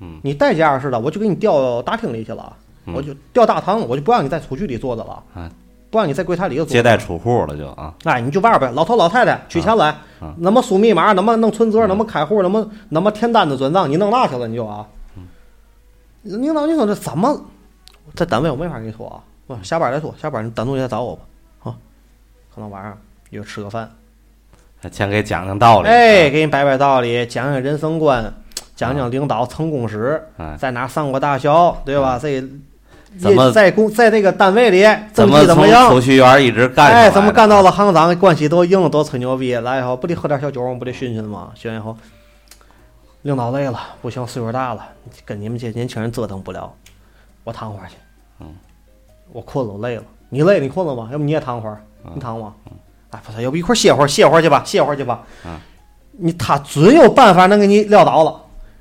C: 嗯
I: 你代驾似的，我就给你调大厅里去了啊，
C: 嗯
I: 我就调大堂，我就不让你在储蓄里坐着了
C: 啊，
I: 不让你在柜台里头坐
C: 接待储户了就啊，
I: 哎，你就外边儿老头老太太取钱来
C: 啊，
I: 那么输密码，那么弄存折，那么开户，那么那么填单子转账，你弄那去了你就啊。
C: 嗯
I: 领导，你说这怎么？在单位我没法跟你说啊，我下班再说，下班你单独你再找我吧。啊，可能晚上约吃个饭，
C: 先给讲讲道理，啊
I: 哎，给你摆摆道理，讲讲人生观，讲讲领导成功史，
C: 哎
I: 在哪上过大学，对
C: 啊
I: 吧？这
C: 怎么
I: 在公在这个单位里
C: 怎
I: 政
C: 么
I: 绩怎
C: 从
I: 么样？
C: 储蓄员一直干，
I: 哎，怎么 干到了？行长？关系多硬，多吹牛逼！来以后不得喝点小酒吗？不得熏熏吗？熏完以后，领导累了，不行，岁数大了，跟你们这年轻人折腾不了，我躺会儿去。
C: 嗯，
I: 我困了，我累了。你累，你困了吗？要不你也躺会儿，
C: 嗯
I: 你躺吗？哎，不是，要不一块儿歇会儿，歇会儿去吧，歇会儿去吧。
C: 嗯，
I: 你他准有办法能给你撂倒了。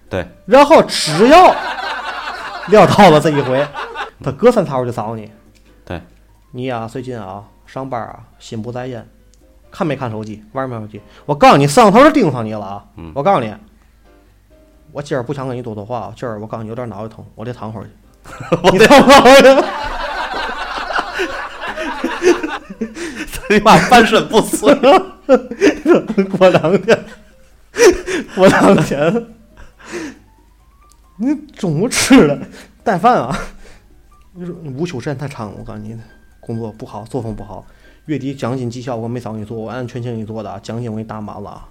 C: 对，
I: 然后只要 撂倒了这一回，他隔三差五就找你。
C: 对，
I: 你呀、最近啊，上班啊，心不在焉，看没看手机，玩没玩手机？我告诉你，摄像头盯上你了啊！
C: 嗯
I: 我告诉你，我今儿不想跟你多说话啊，今儿我告诉你有点脑袋疼，我得躺会儿去。 我得躺会儿去。
C: 你妈翻身 不遂，啊
I: 过两天，过两天，你中午吃的带饭啊？你说你无休时间太长了，我告诉你，工作不好，作风不好。月底奖金绩效我没找你做，我按全勤给你做的啊，奖金我给你打满了啊，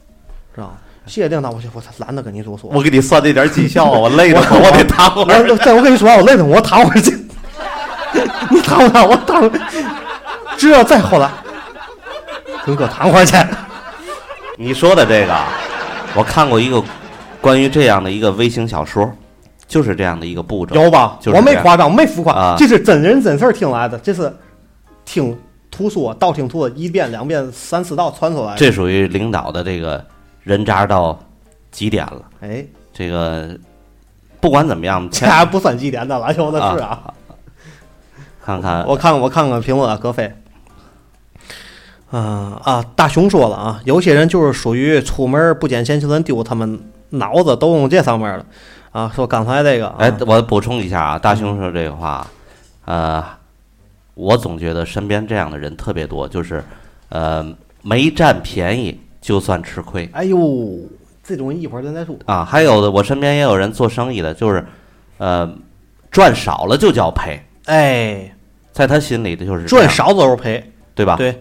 I: 知道吗？谢谢领导，我我懒得跟你多说。哎
C: 我给你算这点绩效，啊我累的慌，我得躺会儿。
I: 我对我跟你说，啊我累的，我躺会儿去。 你躺不躺？我躺会儿。只要再后来，跟哥躺会儿去。
C: 你说的这个啊，我看过一个关于这样的一个微型小说，就是这样的一个步骤。
I: 有吧？
C: 就是
I: 我没
C: 这样
I: 夸张，没浮夸，
C: 啊
I: 这是真人真事儿听来的，这是听图说、道听途说一遍、两遍、三四道传出来的。
C: 这属于领导的这个人渣到极点了。
I: 哎，
C: 这个不管怎么样，
I: 这
C: 前
I: 还不算几点的了，有的是啊。
C: 看看
I: 我看我看看评论啊，葛飞。啊、啊！大熊说了啊，有些人就是属于出门不捡钱就能丢，他们脑子都用这上面了啊。说刚才这个、啊，
C: 哎，我补充一下啊，大熊说这个话，呃，我总觉得身边这样的人特别多，就是呃，没占便宜就算吃亏
I: 哎呦，这种一会儿咱再说。
C: 啊。还有的，我身边也有人做生意的，就是呃，赚少了就叫赔，
I: 哎，
C: 在他心里的就是这样
I: 赚，少都是赔，
C: 对吧？
I: 对，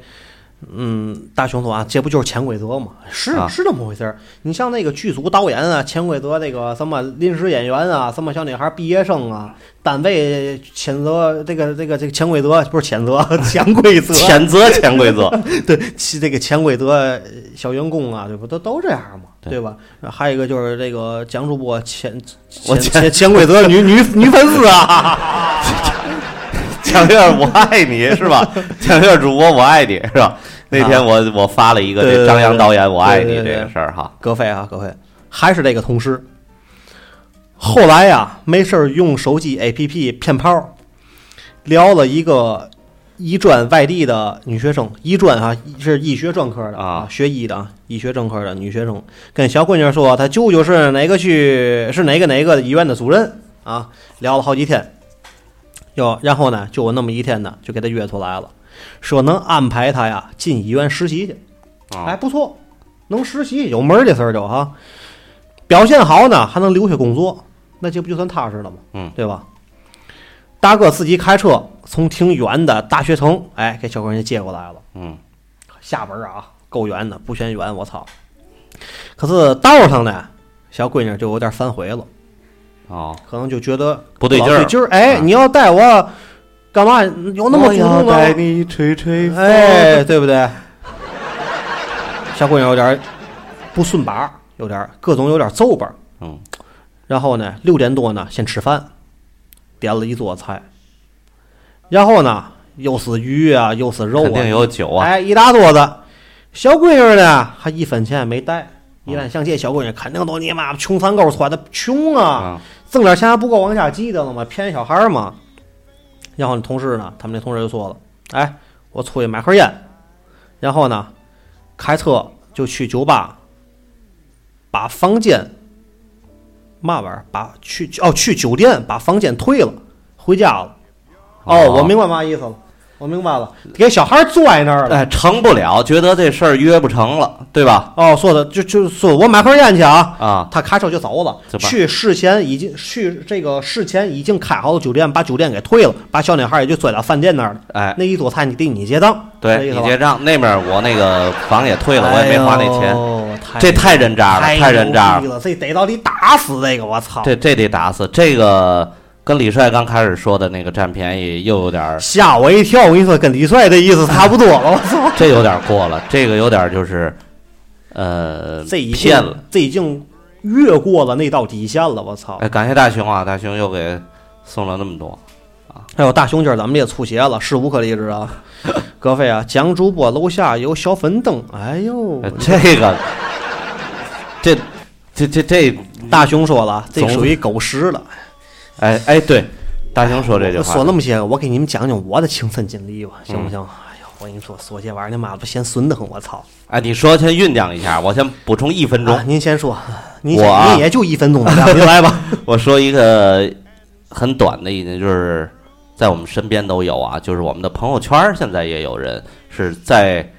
I: 嗯，大熊说啊，这不就是潜规则吗？是、
C: 啊
I: 是这么回事儿。你像那个剧组导演啊，潜规则那个什么临时演员啊，什么小女孩毕业生啊，单位谴责这个这个这个潜规则不是谴责 潜规则，
C: 谴责潜规 则，
I: 对其这个潜规则呃小员工啊，对不都都这样嘛，
C: 对
I: 对吧？还有一个就是这个蒋主播潜
C: 我
I: 潜潜潜规则女女女粉丝啊，
C: 蒋月儿我爱你是 吧？蒋月儿主播我爱你是吧？那天我、我发了一个
I: 啊对对
C: 这
I: 对
C: 张扬导演我爱你
I: 对对对
C: 这个事儿哈，
I: 葛飞啊，葛飞，还是这个同事。后来呀、没事儿用手机 APP 骗炮儿，撩了一个医专外地的女学生，医专啊是医学专科的
C: 啊
I: 学医的啊，医学专科的女学生，跟小闺女说她舅舅是哪个区是哪个哪个医院的主任啊，聊了好几天，哟，然后呢，就有那么一天呢，就给她约出来了，说能安排她呀进医院实习去，
C: 啊
I: 哎，不错，能实习有门儿这事儿就哈，表现好呢还能留下工作，那这不就算踏实了吗？
C: 嗯
I: 对吧？大哥自己开车从挺远的大学城，哎，给小姑娘接过来了。
C: 嗯，
I: 下本儿啊，够远的，不嫌远，我操！可是道上呢，小闺女就有点反悔了，
C: 哦，
I: 可能就觉得
C: 不对劲儿
I: 老劲儿。哎，
C: 啊
I: 你要带我干嘛？有那么主动吗？
C: 你吹吹
I: 哎，对不对？小姑娘有点儿不顺把儿，有点儿各种有点儿皱巴儿。
C: 嗯，
I: 然后呢，六点多呢，先吃饭，点了一桌菜，然后呢，又是鱼啊，又是肉啊，
C: 肯定有酒啊，
I: 哎，一大桌子。小闺女呢，还一分钱也没
C: 啊
I: 带。一旦像这小闺女，肯定都你妈穷三沟穿的，穷啊，
C: 啊
I: 挣点钱还不够往家寄的了吗？骗小孩儿嘛。然后同事呢，他们那同事就说了：“哎，我出去买盒烟，然后呢，开车就去酒吧，把房间嘛玩意儿，把去哦去酒店把房间退了，回家了。
C: 啊
I: 哦，我明白嘛意思了，我明白了，给小孩儿拽那儿了。
C: 哎，成不了，觉得这事儿约不成了，对吧？
I: 哦，说的就就说我买盒烟去啊，
C: 啊，
I: 他开车就走了，
C: 怎么
I: 去事前已经去这个事前已经开好的酒店，把酒店给退了，把小女孩也就拽到饭店那儿了。
C: 哎，
I: 那一桌菜你得你结账，
C: 对你结
I: 账
C: 账，那边我那个房也退了，
I: 哎
C: 我也没花那钱，
I: 钱，
C: 这太人渣了，太人渣了，
I: 了，这得到底打死这个我操！
C: 这这得打死。这个跟李帅刚开始说的那个占便宜又有点儿，
I: 吓我一跳，我跟你说，跟李帅这意思差不多了，我操！
C: 这有点儿过了，这个有点儿就是，呃，
I: 这已经
C: 骗了。，
I: 这已经越过了那道底线了，我操！
C: 哎，感谢大熊啊，大熊又给送了那么多。
I: 哎呦，大熊今儿怎么也出血了，势无可立制啊！ 葛飞啊，蒋主播楼下有小粉灯，哎呦
C: 呃，这个，这这这这，
I: 大熊说了，这
C: 总
I: 属于狗食了。
C: 哎哎，对，大熊说这句话，
I: 说那么些，我给你们讲讲我的亲身经历吧，行不
C: 嗯
I: 行？哎呦，我跟你说，说这玩意儿，他妈的不嫌损的很，我操！
C: 哎，你说先酝酿一下，我先补充一分钟
I: 啊，。您先说，您
C: 我啊
I: 您也就一分钟 的量，您来吧。
C: 我说一个很短的，已经就是在我们身边都有啊，就是我们的朋友圈儿现在也有人是在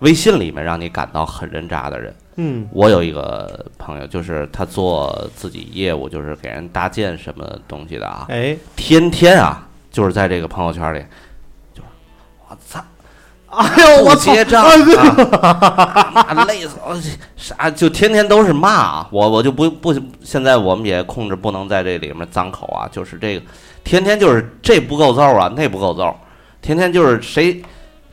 C: 微信里面让你感到很人渣的人。
I: 嗯
C: 我有一个朋友，就是他做自己业务，就是给人搭建什么东西的啊，
I: 哎，
C: 天天啊，就是在这个朋友圈里，就是我操。
I: 哎呦，我
C: 不
I: 操！
C: 结账啊！妈累死我，啥就天天都是骂啊！我我就不不，现在我们也控制不能在这里面脏口啊，就是这个，天天就是这不够揍啊，那不够揍，天天就是谁，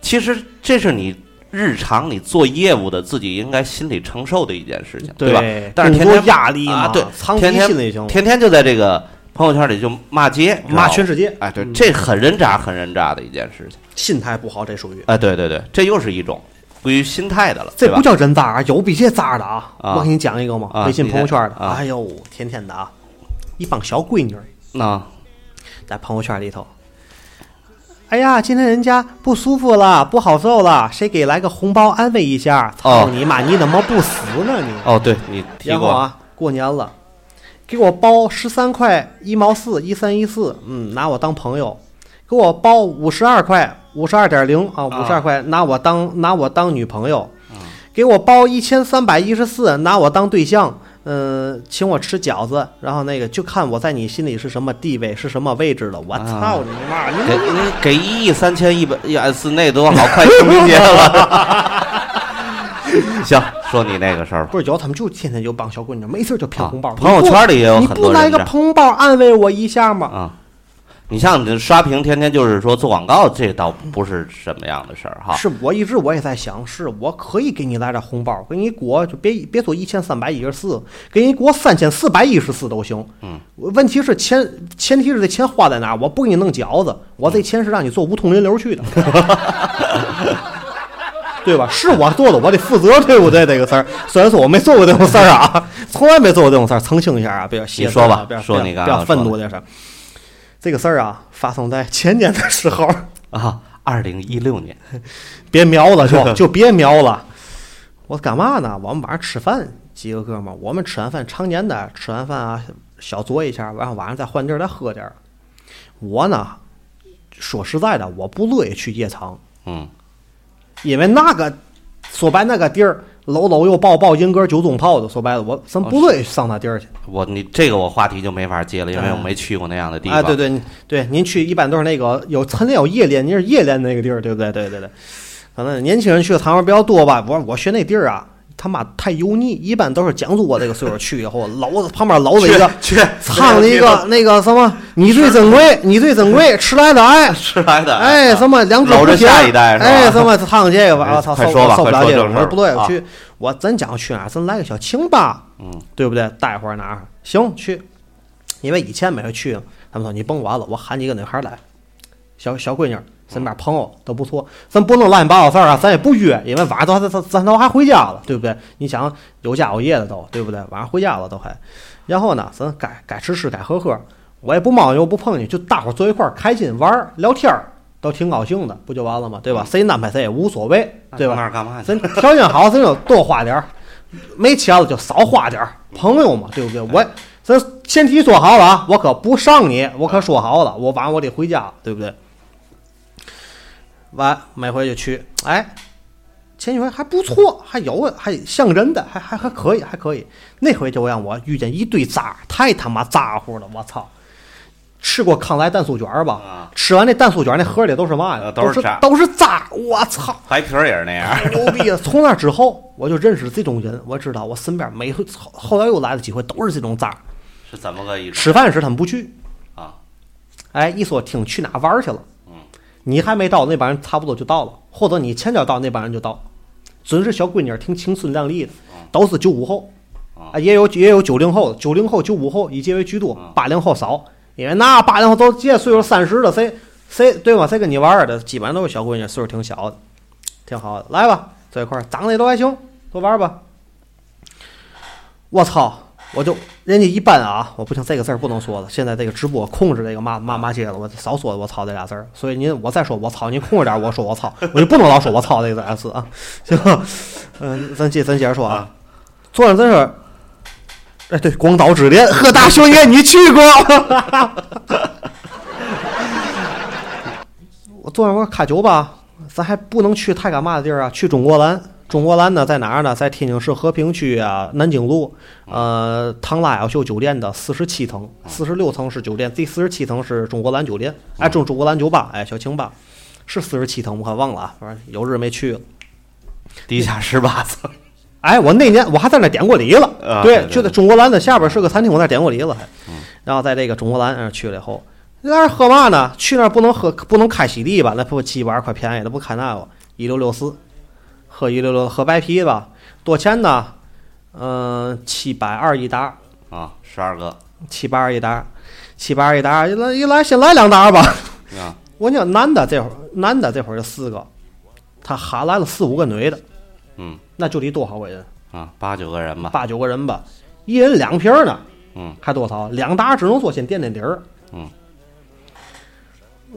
C: 其实这是你日常你做业务的自己应该心里承受的一件事情，吧？
I: 对
C: 但是
I: 工
C: 天
I: 作
C: 天
I: 压力嘛
C: 啊，对，
I: 苍
C: 天
I: 蝇
C: 天
I: 心里行，
C: 天天就在这个朋友圈里就骂街，知道
I: 骂
C: 吧
I: 全世界，
C: 哎，对，
I: 嗯
C: 这很人渣，很人渣的一件事情。
I: 心态不好，这属于。
C: 哎，对对对，这又是一种归于心态的了，
I: 这
C: 对吧
I: 不？叫人渣啊，有比这渣的啊！
C: 啊
I: 我给你讲一个嘛，
C: 啊
I: 微信朋友圈的，
C: 你先啊
I: 哎呦，天天的啊，一帮小闺女儿
C: 那
I: 在朋友圈里头，哎呀，今天人家不舒服了，不好受了，谁给来个红包安慰一下？操
C: 哦
I: 你妈，你怎么不死呢你？
C: 哦，对你提
I: 然后
C: 过，
I: 啊，过年了，给我包十三块一毛四一三一四，嗯，拿我当朋友；给我包五十二块五十二点零啊，五十二块拿我
C: 啊
I: 当拿我当女朋友；给我包一千三百一十四，拿我当对象。嗯、请我吃饺子，然后那个就看我在你心里是什么地位，是什么位置了。我
C: 啊
I: 操你妈！你
C: 给你给一亿三千一百一百四那多好，快清明节 了。行，说你那个事儿吧。
I: 不是有他们就天天就帮小姑娘，没事就骗红包。
C: 啊朋友圈里也有
I: 你
C: 很
I: 不
C: 多
I: 来
C: 人
I: 个
C: 这样
I: 红包安慰我一下吗？
C: 啊。你像你这刷屏，天天就是说做广告，这倒不是什么样的事儿哈。
I: 是我一直我也在想，是我可以给你来点红包，给你裹就别别说一千三百一十四，给你裹三千四百一十四都行。
C: 嗯
I: 我，问题是钱，前提是这钱花在哪儿？我不给你弄饺子，我这钱是让你做无痛人 流去的，对吧？是我做的，我得负责，对不对？这个事儿，虽然说我没做过这种事儿啊， 从来没做过这种事儿，澄清一下啊，不要歇
C: 你说吧
I: 不要
C: 说
I: 不要
C: 你刚
I: 不要
C: 刚
I: 愤
C: 说
I: 怒这事儿。这个事儿啊，发生在前年的时候。
C: 啊，二零一六年，
I: 别瞄了，就就别瞄了。我干嘛呢？我们晚上吃饭，几个哥们儿，我们吃完饭，常年的吃完饭啊，小酌一下，然后晚上再换地儿再喝点儿。我呢，说实在的，我不乐意去夜场，
C: 嗯，
I: 因为那个说白那个地儿，搂搂又抱抱，英哥酒中泡的，说白了，我咱不乐意上那地儿去。
C: 我你这个我话题就没法接了，因为我
I: 嗯
C: 没去过那样的地方。
I: 哎，对对你对，您去一般都是那个有曾经有夜练，您是夜练那个地儿，对不对？对对对，可能年轻人去的糖水比较多吧。我我学那地儿啊，他妈太油腻，一般都是讲究我这个岁数去以后，搂着旁边搂着一个，
C: 去
I: 唱了一个那个什么，你最珍贵，你最珍贵，迟来的爱。
C: 吃来的，啊
I: 哎，什么两只
C: 搂着
I: 不行
C: 下一代是吧
I: 哎，什么唱这个吧，
C: 哎
I: 我操，
C: 快
I: 受
C: 说吧
I: 受不了
C: 快说
I: 这个，
C: 正事
I: 我
C: 儿
I: 说不对，
C: 啊
I: 我去，我咱讲去哪儿，咱来个小清吧，
C: 嗯，
I: 对不对？待会儿哪儿行去？因为以前每回去，他们说你甭管了，我喊几个女孩来，小小闺女儿身边朋友都不错，咱不弄乱七八糟事儿啊，咱也不约，因为晚上都还咱咱都还回家了，对不对？你想有家有业的都，对不对？晚上回家了都还，然后呢，咱该该吃吃，该喝喝，我也不猫你，我不碰你，就大伙儿坐一块儿开心玩儿聊天儿，都挺高兴的，不就完了吗？对吧？谁安排谁也无所谓，对吧？
C: 嗯那儿干嘛去？
I: 咱条件好，咱就多花点儿，没钱了就少花点儿，朋友嘛，对不对？我咱前提说好了啊，我可不上你，我可说好了，我晚上我得回家，对不对？完，每回就去，哎，前几回还不错，还有还像人的，还还还可以，还可以。那回就让我遇见一堆渣，太他妈咋呼了，我操！吃过康莱蛋酥卷儿吧？
C: 啊
I: 吃完那蛋酥卷儿，那盒里都是嘛呀？
C: 呃都是
I: 都
C: 渣
I: 都是渣！我操！
C: 白皮儿也是那样。
I: 太牛逼了！从那之后，我就认识这种人，我知道我身边每回后后来又来了几回都是这种渣儿。
C: 是怎么个意思
I: 吃饭时他们不去，
C: 啊？
I: 哎，一说听去哪玩儿去了，
C: 嗯，
I: 你还没到，那帮人差不多就到了，或者你前脚到，那帮人就到，准是小闺女儿，挺青春靓丽的，都是九五后，啊，也有也有九零后的，九零后、九五后以这为居多
C: 嗯，
I: 八零后少，因为那八零后都这岁数三十了，谁谁对吗？谁跟你玩儿的，基本上都是小闺女，岁数挺小的，挺好的，来吧，这一块儿长得也都还行，都玩儿吧。我操！我就人家一般啊，我不行，这个字儿不能说了。现在这个直播控制这个骂骂骂街了，我少说我操这俩字儿。所以您我再说我操，您控制点儿我说我操，我就不能老说我操这个俩字啊，行吧？嗯、咱接咱接着说啊。坐上真是，哎，对，广岛之恋，呵，大兄爷你去过？我坐上我开酒吧，咱还不能去太干嘛的地儿啊？去中国蓝。中国蓝呢，在哪儿呢？在天津市和平区啊，南京路，
C: 啊
I: 呃，唐拉雅秀酒店的四十七层，四十六层是酒店，第四十七层是中国蓝酒店，
C: 啊
I: 哎，中中国蓝酒吧，哎，小清吧，是四十七层，我可忘了啊，反正有日没去了。
C: 地下十八层，
I: 哎，我那年我还在那点过梨了，
C: 啊对
I: 对
C: 对，啊嗯
I: 就在中国蓝的下边是个餐厅，我在那点过梨了，还，然后在这个中国蓝那儿去了以后，那儿喝嘛呢？去那儿不能喝，不能开喜力吧？那不鸡巴块便宜，那不开那个一六六四，喝一六六喝白啤吧，多钱呢？嗯、七百二一打，
C: 啊，十二个
I: 七百二一打，七百二一打，一来一来先来两打吧。
C: 啊，
I: 我讲男的这会儿，男的这会儿就四个，他喊来了四五个女的，
C: 嗯
I: 那就得多少个人？
C: 啊，八九个人吧，
I: 八九个人吧，一人两瓶儿呢，
C: 嗯，
I: 还多少？两打只能说先垫垫底儿，
C: 嗯。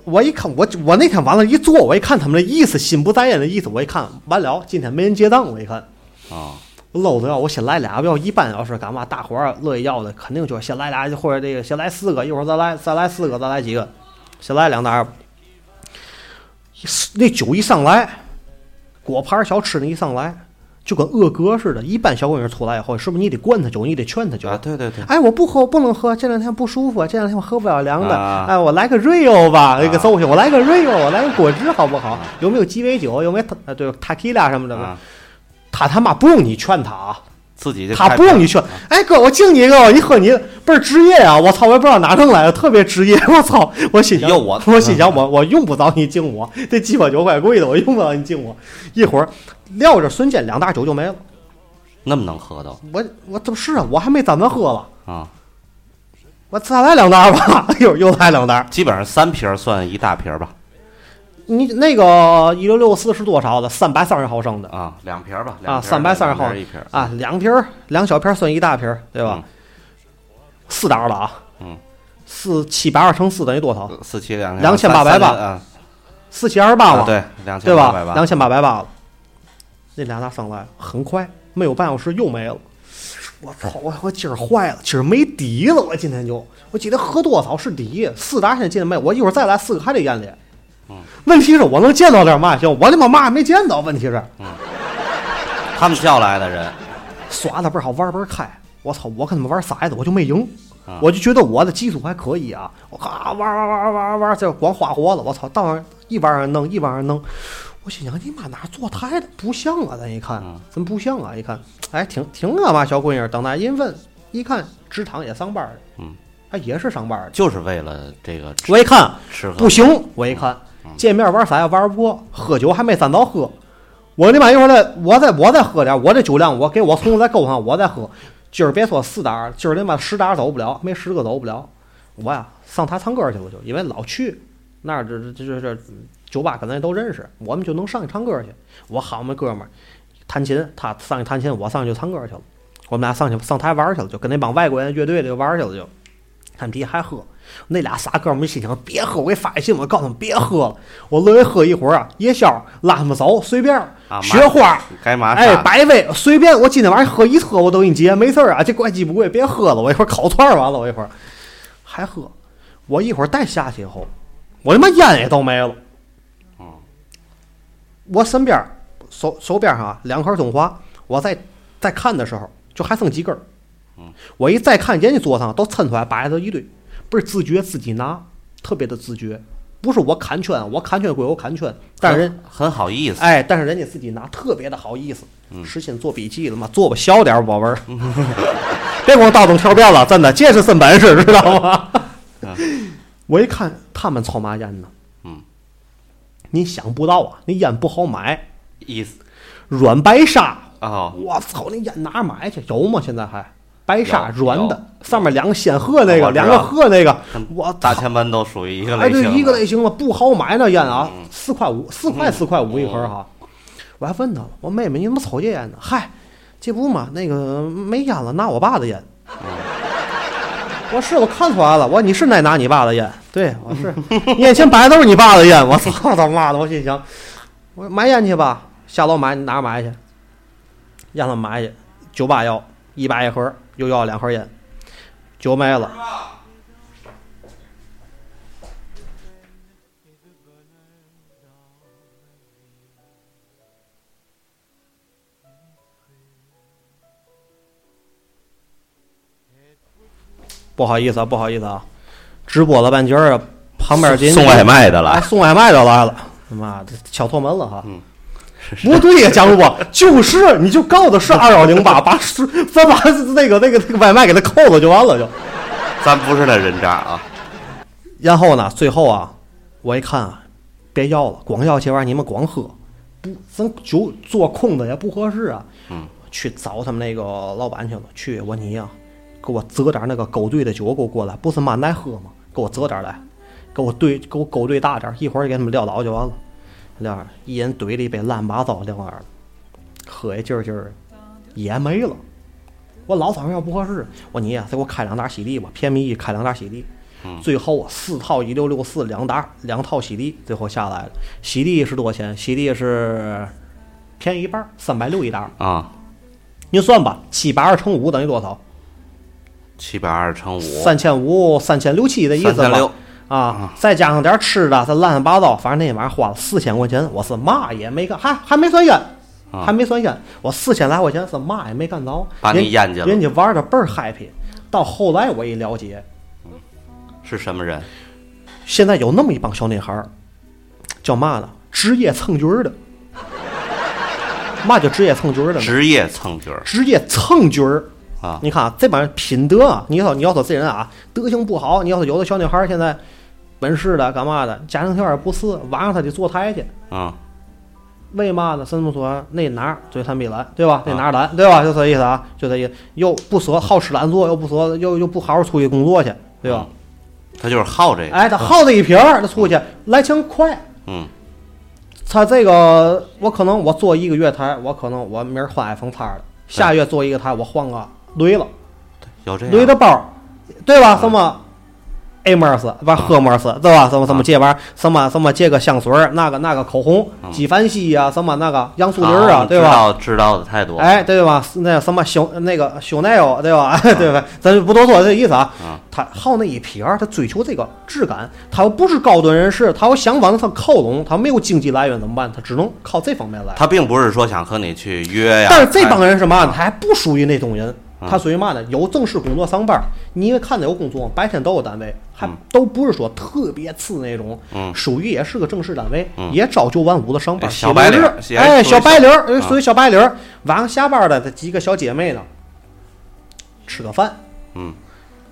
I: 我一看，我我那天完了，一坐，我一看他们这意思，心不在焉的意思，我一看完了，今天没人结账，我一看，
C: 啊，
I: 搂着要我先来俩，要一般要是干嘛，大伙儿乐意要的，肯定就是先来俩，或者这个先来四个，一会儿再来再来四个，再来几个，先来两打。那酒一上来，果盘小吃那一上来，就跟恶哥似的。一般小姑娘出来以后，是不是你得灌她酒，你得劝她酒？
C: 啊，对对对，
I: 哎，我不喝，我不能喝，这两天不舒服，这两天我喝不了凉的。
C: 啊
I: 哎，我来个 Rio 吧，那个邹兄，我来个 Rio，我来个果汁好不好？有没有鸡尾酒？有没有塔呃对塔 q 拉什么的？
C: 啊，
I: 他他妈不用你劝他啊，
C: 自己就
I: 他
C: 开啊
I: 不用
C: 始
I: 你劝。哎哥，我敬你一个吧，你喝你的倍儿职业啊！我操，我也不知道哪弄来的，特别职业。我操，我心想
C: 又我 嗯
I: 我心想我我用不着你敬我，这鸡巴酒怪贵的，我用不着你敬我。一会儿撂着孙坚两大酒就没了。
C: 那么能喝到
I: 我我这不是啊，我还没咱们喝了。
C: 啊，
I: 我再来两袋吧， 又又来两袋。
C: 基本上三瓶儿算一大瓶儿吧，
I: 你那个一六六四是多少的？三百三十毫升的
C: 啊，两瓶儿吧，
I: 啊
C: 两瓶儿
I: 330
C: 两瓶儿
I: 号
C: 一瓶儿
I: 啊，，两瓶儿，两小瓶儿算一大瓶儿，对吧？四档了啊，
C: 嗯，
I: 四七百二乘四等于多少？
C: 嗯四七两
I: 2800吧
C: 啊，
I: 四七二十八
C: 啊
I: 嘛，
C: 对，两
I: 对
C: 千八
I: 吧
C: 百？八，
I: 两千八百八了。那俩大上来很快，没有半小时又没了。我操！我我今儿坏了，今儿没底了。我今天就，我今天喝多少是底，四打现在进来没有？我一会儿再来四个还得验脸。
C: 嗯
I: 问题是我能见到点嘛行？我他妈嘛也没见到。问题是，
C: 他们叫来的人，
I: 耍的倍儿好，玩儿倍儿开。我操，我跟他们玩骰子，我就没赢
C: 啊，
I: 我就觉得我的技术还可以啊。我咔玩儿玩儿玩儿玩儿玩儿，这光花活了。我操，到那一玩儿弄一玩儿弄，我心想你妈哪儿做态的不像啊？咱一看
C: 嗯，
I: 真不像啊！一看，哎，挺挺啊嘛，小姑娘，等那一问，一看职场也上班儿的，
C: 嗯，
I: 哎，也是上班儿的。
C: 就是为了这个吃
I: 我一看，
C: 吃喝嗯
I: 不行，我一看见面玩啥也玩不过，喝酒还没咱早喝。我他妈一会儿再，我再我再喝点，我这酒量我给我从再勾上，我再喝。今儿别说四打儿，今儿他妈十打儿走不了，没十个走不了。我呀上他唱歌去，我就因为老去那儿这这这这酒吧跟咱都认识，我们就能上去唱歌去。我喊我们哥们儿弹琴，他上去弹琴，我上去唱歌去了。我们俩上去上台玩儿去了，就跟那帮外国人乐队的就玩儿去了，就他们底下还喝。那俩傻哥们儿心想：别喝！我给发微信，我告诉他们别喝了。我乐意喝一会儿啊，夜宵拉他们走，随便儿。
C: 啊，
I: 雪花，
C: 该嘛
I: 哎，
C: 啥
I: 百威随便。我今天晚上喝一车，我都给你结，没事儿啊。这怪鸡不贵，别喝了。我一会儿烤串儿完了，我一会儿还喝。我一会儿再下去以后，我他妈烟也都没了。我身边儿手手边儿哈两盒中华，我在在看的时候就还剩几根儿。我一再看人家桌上都抻出来摆着一堆，不是自觉自己拿，特别的自觉，不是我砍圈，我砍圈归我砍圈，但是人
C: 很很好意思，
I: 哎，但是人家自己拿特别的好意思，
C: 嗯
I: 实心做笔记了嘛，做吧，小点儿宝贝儿， 别光倒腾跳票了，真的，这是真本事，知道 吗？我一看他们抽嘛烟呢，
C: 啊嗯，
I: 你想不到啊，那烟不好买，
C: 意思
I: 软白沙，
C: 哦，
I: 我操，那烟哪儿买去？有吗？现在还白沙
C: 有
I: 软的，上面两个仙
C: 我
I: 鹤那
C: 知
I: 个，
C: 道
I: 两个鹤那个，
C: 跟
I: 我
C: 大
I: 操
C: 前门都属于一个
I: 哎，
C: 类型
I: 对
C: 的，，
I: 一个类型了，不好买那烟啊
C: 嗯，
I: 四块五，四块四块五一盒儿哈。我还问他了，我妹妹你怎么抽这烟呢？嗨，这不嘛，那个没烟了，拿我爸的烟。
C: 嗯
I: 我是我看出来了，我你是在拿你爸的烟，对我是，你眼前摆的都是你爸的烟，我操他妈的，我心想，我说买烟去吧，下楼买哪儿买去？让他们买去，九八要一百一盒，又要两盒烟，酒没了。不好意思啊，不好意思啊，直播了半截儿啊，旁边人
C: 送外卖的
I: 哎，
C: 了，
I: 送外卖的来了，妈的，敲错门了哈。
C: 嗯
I: 不对呀，江主播，就是你就告的是二幺零八，把是咱把那个那个那个外卖给他扣了就完了就。
C: 咱不是那人渣啊，
I: 然后呢，最后啊，我一看啊，别要了，光要这玩意儿你们光喝，不咱酒做空的也不合适啊。
C: 嗯，
I: 去找他们那个老板去了，去我说你呀、给我折点儿那个勾兑的酒给我过来，不是满来喝吗？给我折点儿来，给我兑给我勾兑大点儿，一会儿给他们撂倒就完了。撂那儿一人怼了一杯烂八糟撂那儿了，喝一劲儿劲儿也没了。我老早要不合适，我说你呀、再给我开两打喜力吧，便宜一开两打喜力。最后啊四套一六六四两打两套洗地，最后下来了。洗地是多少钱？洗地是便宜一半，三百六一打。
C: 啊，
I: 您算吧，七百二乘五等于多少？
C: 七百二乘五，
I: 三千五、三千六七的意思吧？
C: 36
I: 啊，再加上点吃的，这乱七八糟，反正那天晚上花了四千块钱，我是嘛也没干，还还没算烟，
C: 啊
I: 还没算烟。我四千来块钱是嘛也没干着，
C: 把你
I: 人
C: 淹进了
I: 人家玩的倍儿 happy。到后来我一了解，
C: 是什么人？
I: 现在有那么一帮小女孩儿，叫嘛呢？职业蹭局儿的，嘛叫职业蹭局儿的呢？
C: 职业蹭角儿
I: 职业蹭局儿。
C: 啊，
I: 你看啊，这帮人品德啊，你要你要说这人啊，德行不好，你要说有的小女孩儿现在本市的干嘛的，家庭条件不是，晚上她得坐台去，
C: 嗯，
I: 为嘛呢？什么说那哪儿嘴贪比懒，对吧？那哪儿懒，对吧？就这意思啊，就这意思，又不舍好吃懒做，又不舍又又不好好出去工作去，对吧？
C: 他就是好这个，
I: 哎，他耗这一瓶儿，他出去来钱快，
C: 嗯，
I: 他这个我可能我做一个月台，我可能我明儿换 iPhone 叉了，下月做一个台，我换个驴了。
C: 有这
I: 驴
C: 样嗯
I: 的包，对吧？什么 A m o s 不是 h e m o s 对吧？什么什么这玩意儿，什么什么这个香水儿，那个那个口红，
C: 嗯
I: 纪梵希呀，什么那个杨树林
C: 啊
I: 儿啊，对
C: 知
I: 吧？
C: 道知道的太多，
I: 哎，对吧？那什么修那个修奈欧，对吧？ 对吧？咱就不多说这意思啊
C: 嗯。
I: 他好那一撇儿，他追求这个质感，他又不是高端人士，他又想往上靠拢，他没有经济来源怎么办？他只能靠这方面来。
C: 他并不是说想和你去约呀，
I: 但是这帮
C: 哎
I: 人是嘛呢？他还不属于那种人，
C: 嗯
I: 他属于嘛呢？有正式工作上班，你因为看着有工作，白天都有单位，还
C: 嗯
I: 都不是说特别次那种，
C: 嗯
I: 属于也是个正式单位，
C: 嗯
I: 也朝九晚五的上
C: 哎
I: 班，
C: 小白领儿
I: 写文字
C: 哎
I: 哎，
C: 属于小
I: 小白领儿，哎
C: 啊
I: 属于小白领儿。晚上下班的这几个小姐妹呢，吃个饭，
C: 嗯，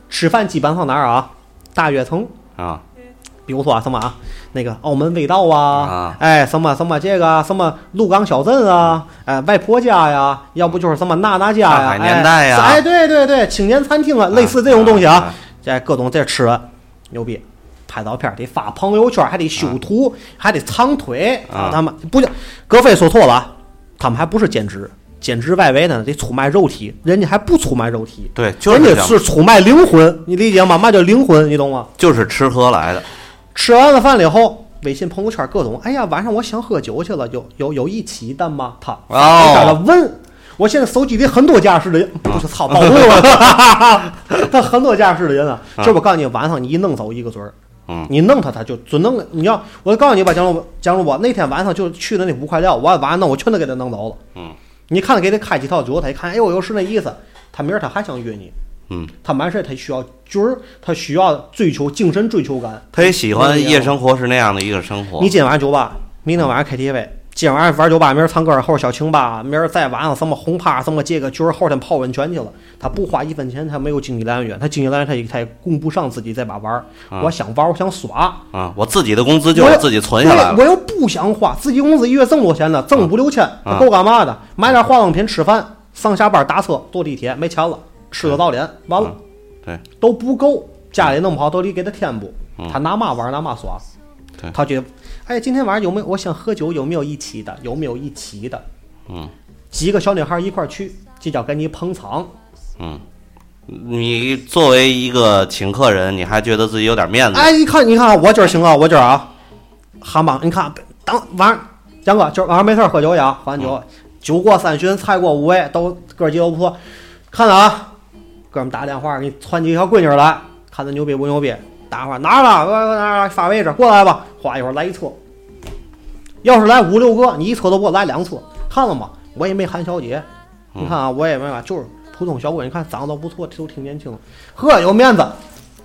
I: 吃饭基本上哪儿啊？大悦城。
C: 啊，
I: 比如说啊什么啊，那个澳门味道啊，
C: 啊
I: 哎，什么什么这个啊什么鹿港小镇啊，哎，外婆家呀，要不就是什么娜娜家呀，
C: 上海年代呀
I: 哎，哎对对对，青年餐厅啊，类似这种东西啊，这各种这吃了，牛逼，拍照片儿得发朋友圈，还得修图，还得长腿
C: 啊
I: 他们不叫葛飞说错了啊，他们还不是兼职，兼职外围呢得出卖肉体，人家还不出卖肉体，
C: 对，就是
I: 人
C: 这
I: 家
C: 样
I: 是出卖灵魂，你理解吗？嘛叫灵魂，你懂吗？
C: 就是吃喝来的，
I: 吃完了饭了以后，微信朋友圈各种，哎呀，晚上我想喝酒去了，有有有一起的吗？他
C: 哦
I: 在那问。我现在手机里很多家室的人，
C: 啊
I: 不是操暴 露了，他很多家室的人啊，就是我告诉你，晚上你一弄走一个嘴儿，
C: 嗯
I: 你弄他他就准弄，你要我告诉你吧，江主江主播那天晚上就去的那五块料，我晚上弄我全都给他弄走了，
C: 嗯，
I: 你看给他开几套酒，他一看，哎呦，又是那意思，他明儿他还想约你，
C: 嗯，
I: 他完事儿他需要局儿，他需要追求精神追求感，
C: 他也喜欢夜生活是那样的一个生活
I: 你，今晚上酒吧，明天晚上 KTV，今晚上玩酒吧，明儿唱歌儿，后儿小清吧，明儿再晚上什么轰趴，什么这个局儿，后天泡温泉去了。他不花一分钱，他没有经济来源，他经济来源他也他也供不上自己这把玩儿。
C: 啊
I: 我想玩儿，我想耍，
C: 啊，我自己的工资就
I: 我
C: 是自己存下来
I: 对
C: 了，啊
I: 我又不想花，自己工资一月挣多少钱呢？挣五六千，他够干嘛的？买点化妆品，吃饭，上下班打车，坐地铁，没钱了，吃个早点，完了，
C: 嗯对，嗯
I: 都不够，家里弄不好都得给他添补。他拿嘛玩儿拿嘛耍
C: 对，
I: 他觉得，哎，今天晚上有没有？我想喝酒，有没有一起的？有没有一起的？
C: 嗯，
I: 几个小女孩一块儿去，这叫给你捧场。
C: 你作为一个请客人，你还觉得自己有点面子，
I: 哎，一看，你看，我今儿行啊，我今儿啊，韩邦，你看，当晚上，杨哥，今儿晚上没事儿喝酒去啊，喝完酒，
C: 嗯
I: 酒过三巡，菜过五味，都哥儿几个都不错。看着啊，哥们打电话给你传几个小闺女来，看她牛逼不牛逼。打电话哪儿了？我我哪儿了？发位置过来吧。哗，一会儿来一车。要是来五六个，你一车都不来两车，看了吗？我也没喊小姐，你看啊，我也没嘛，就是普通小伙，你看长得都不错，都挺年轻的，呵，有面子。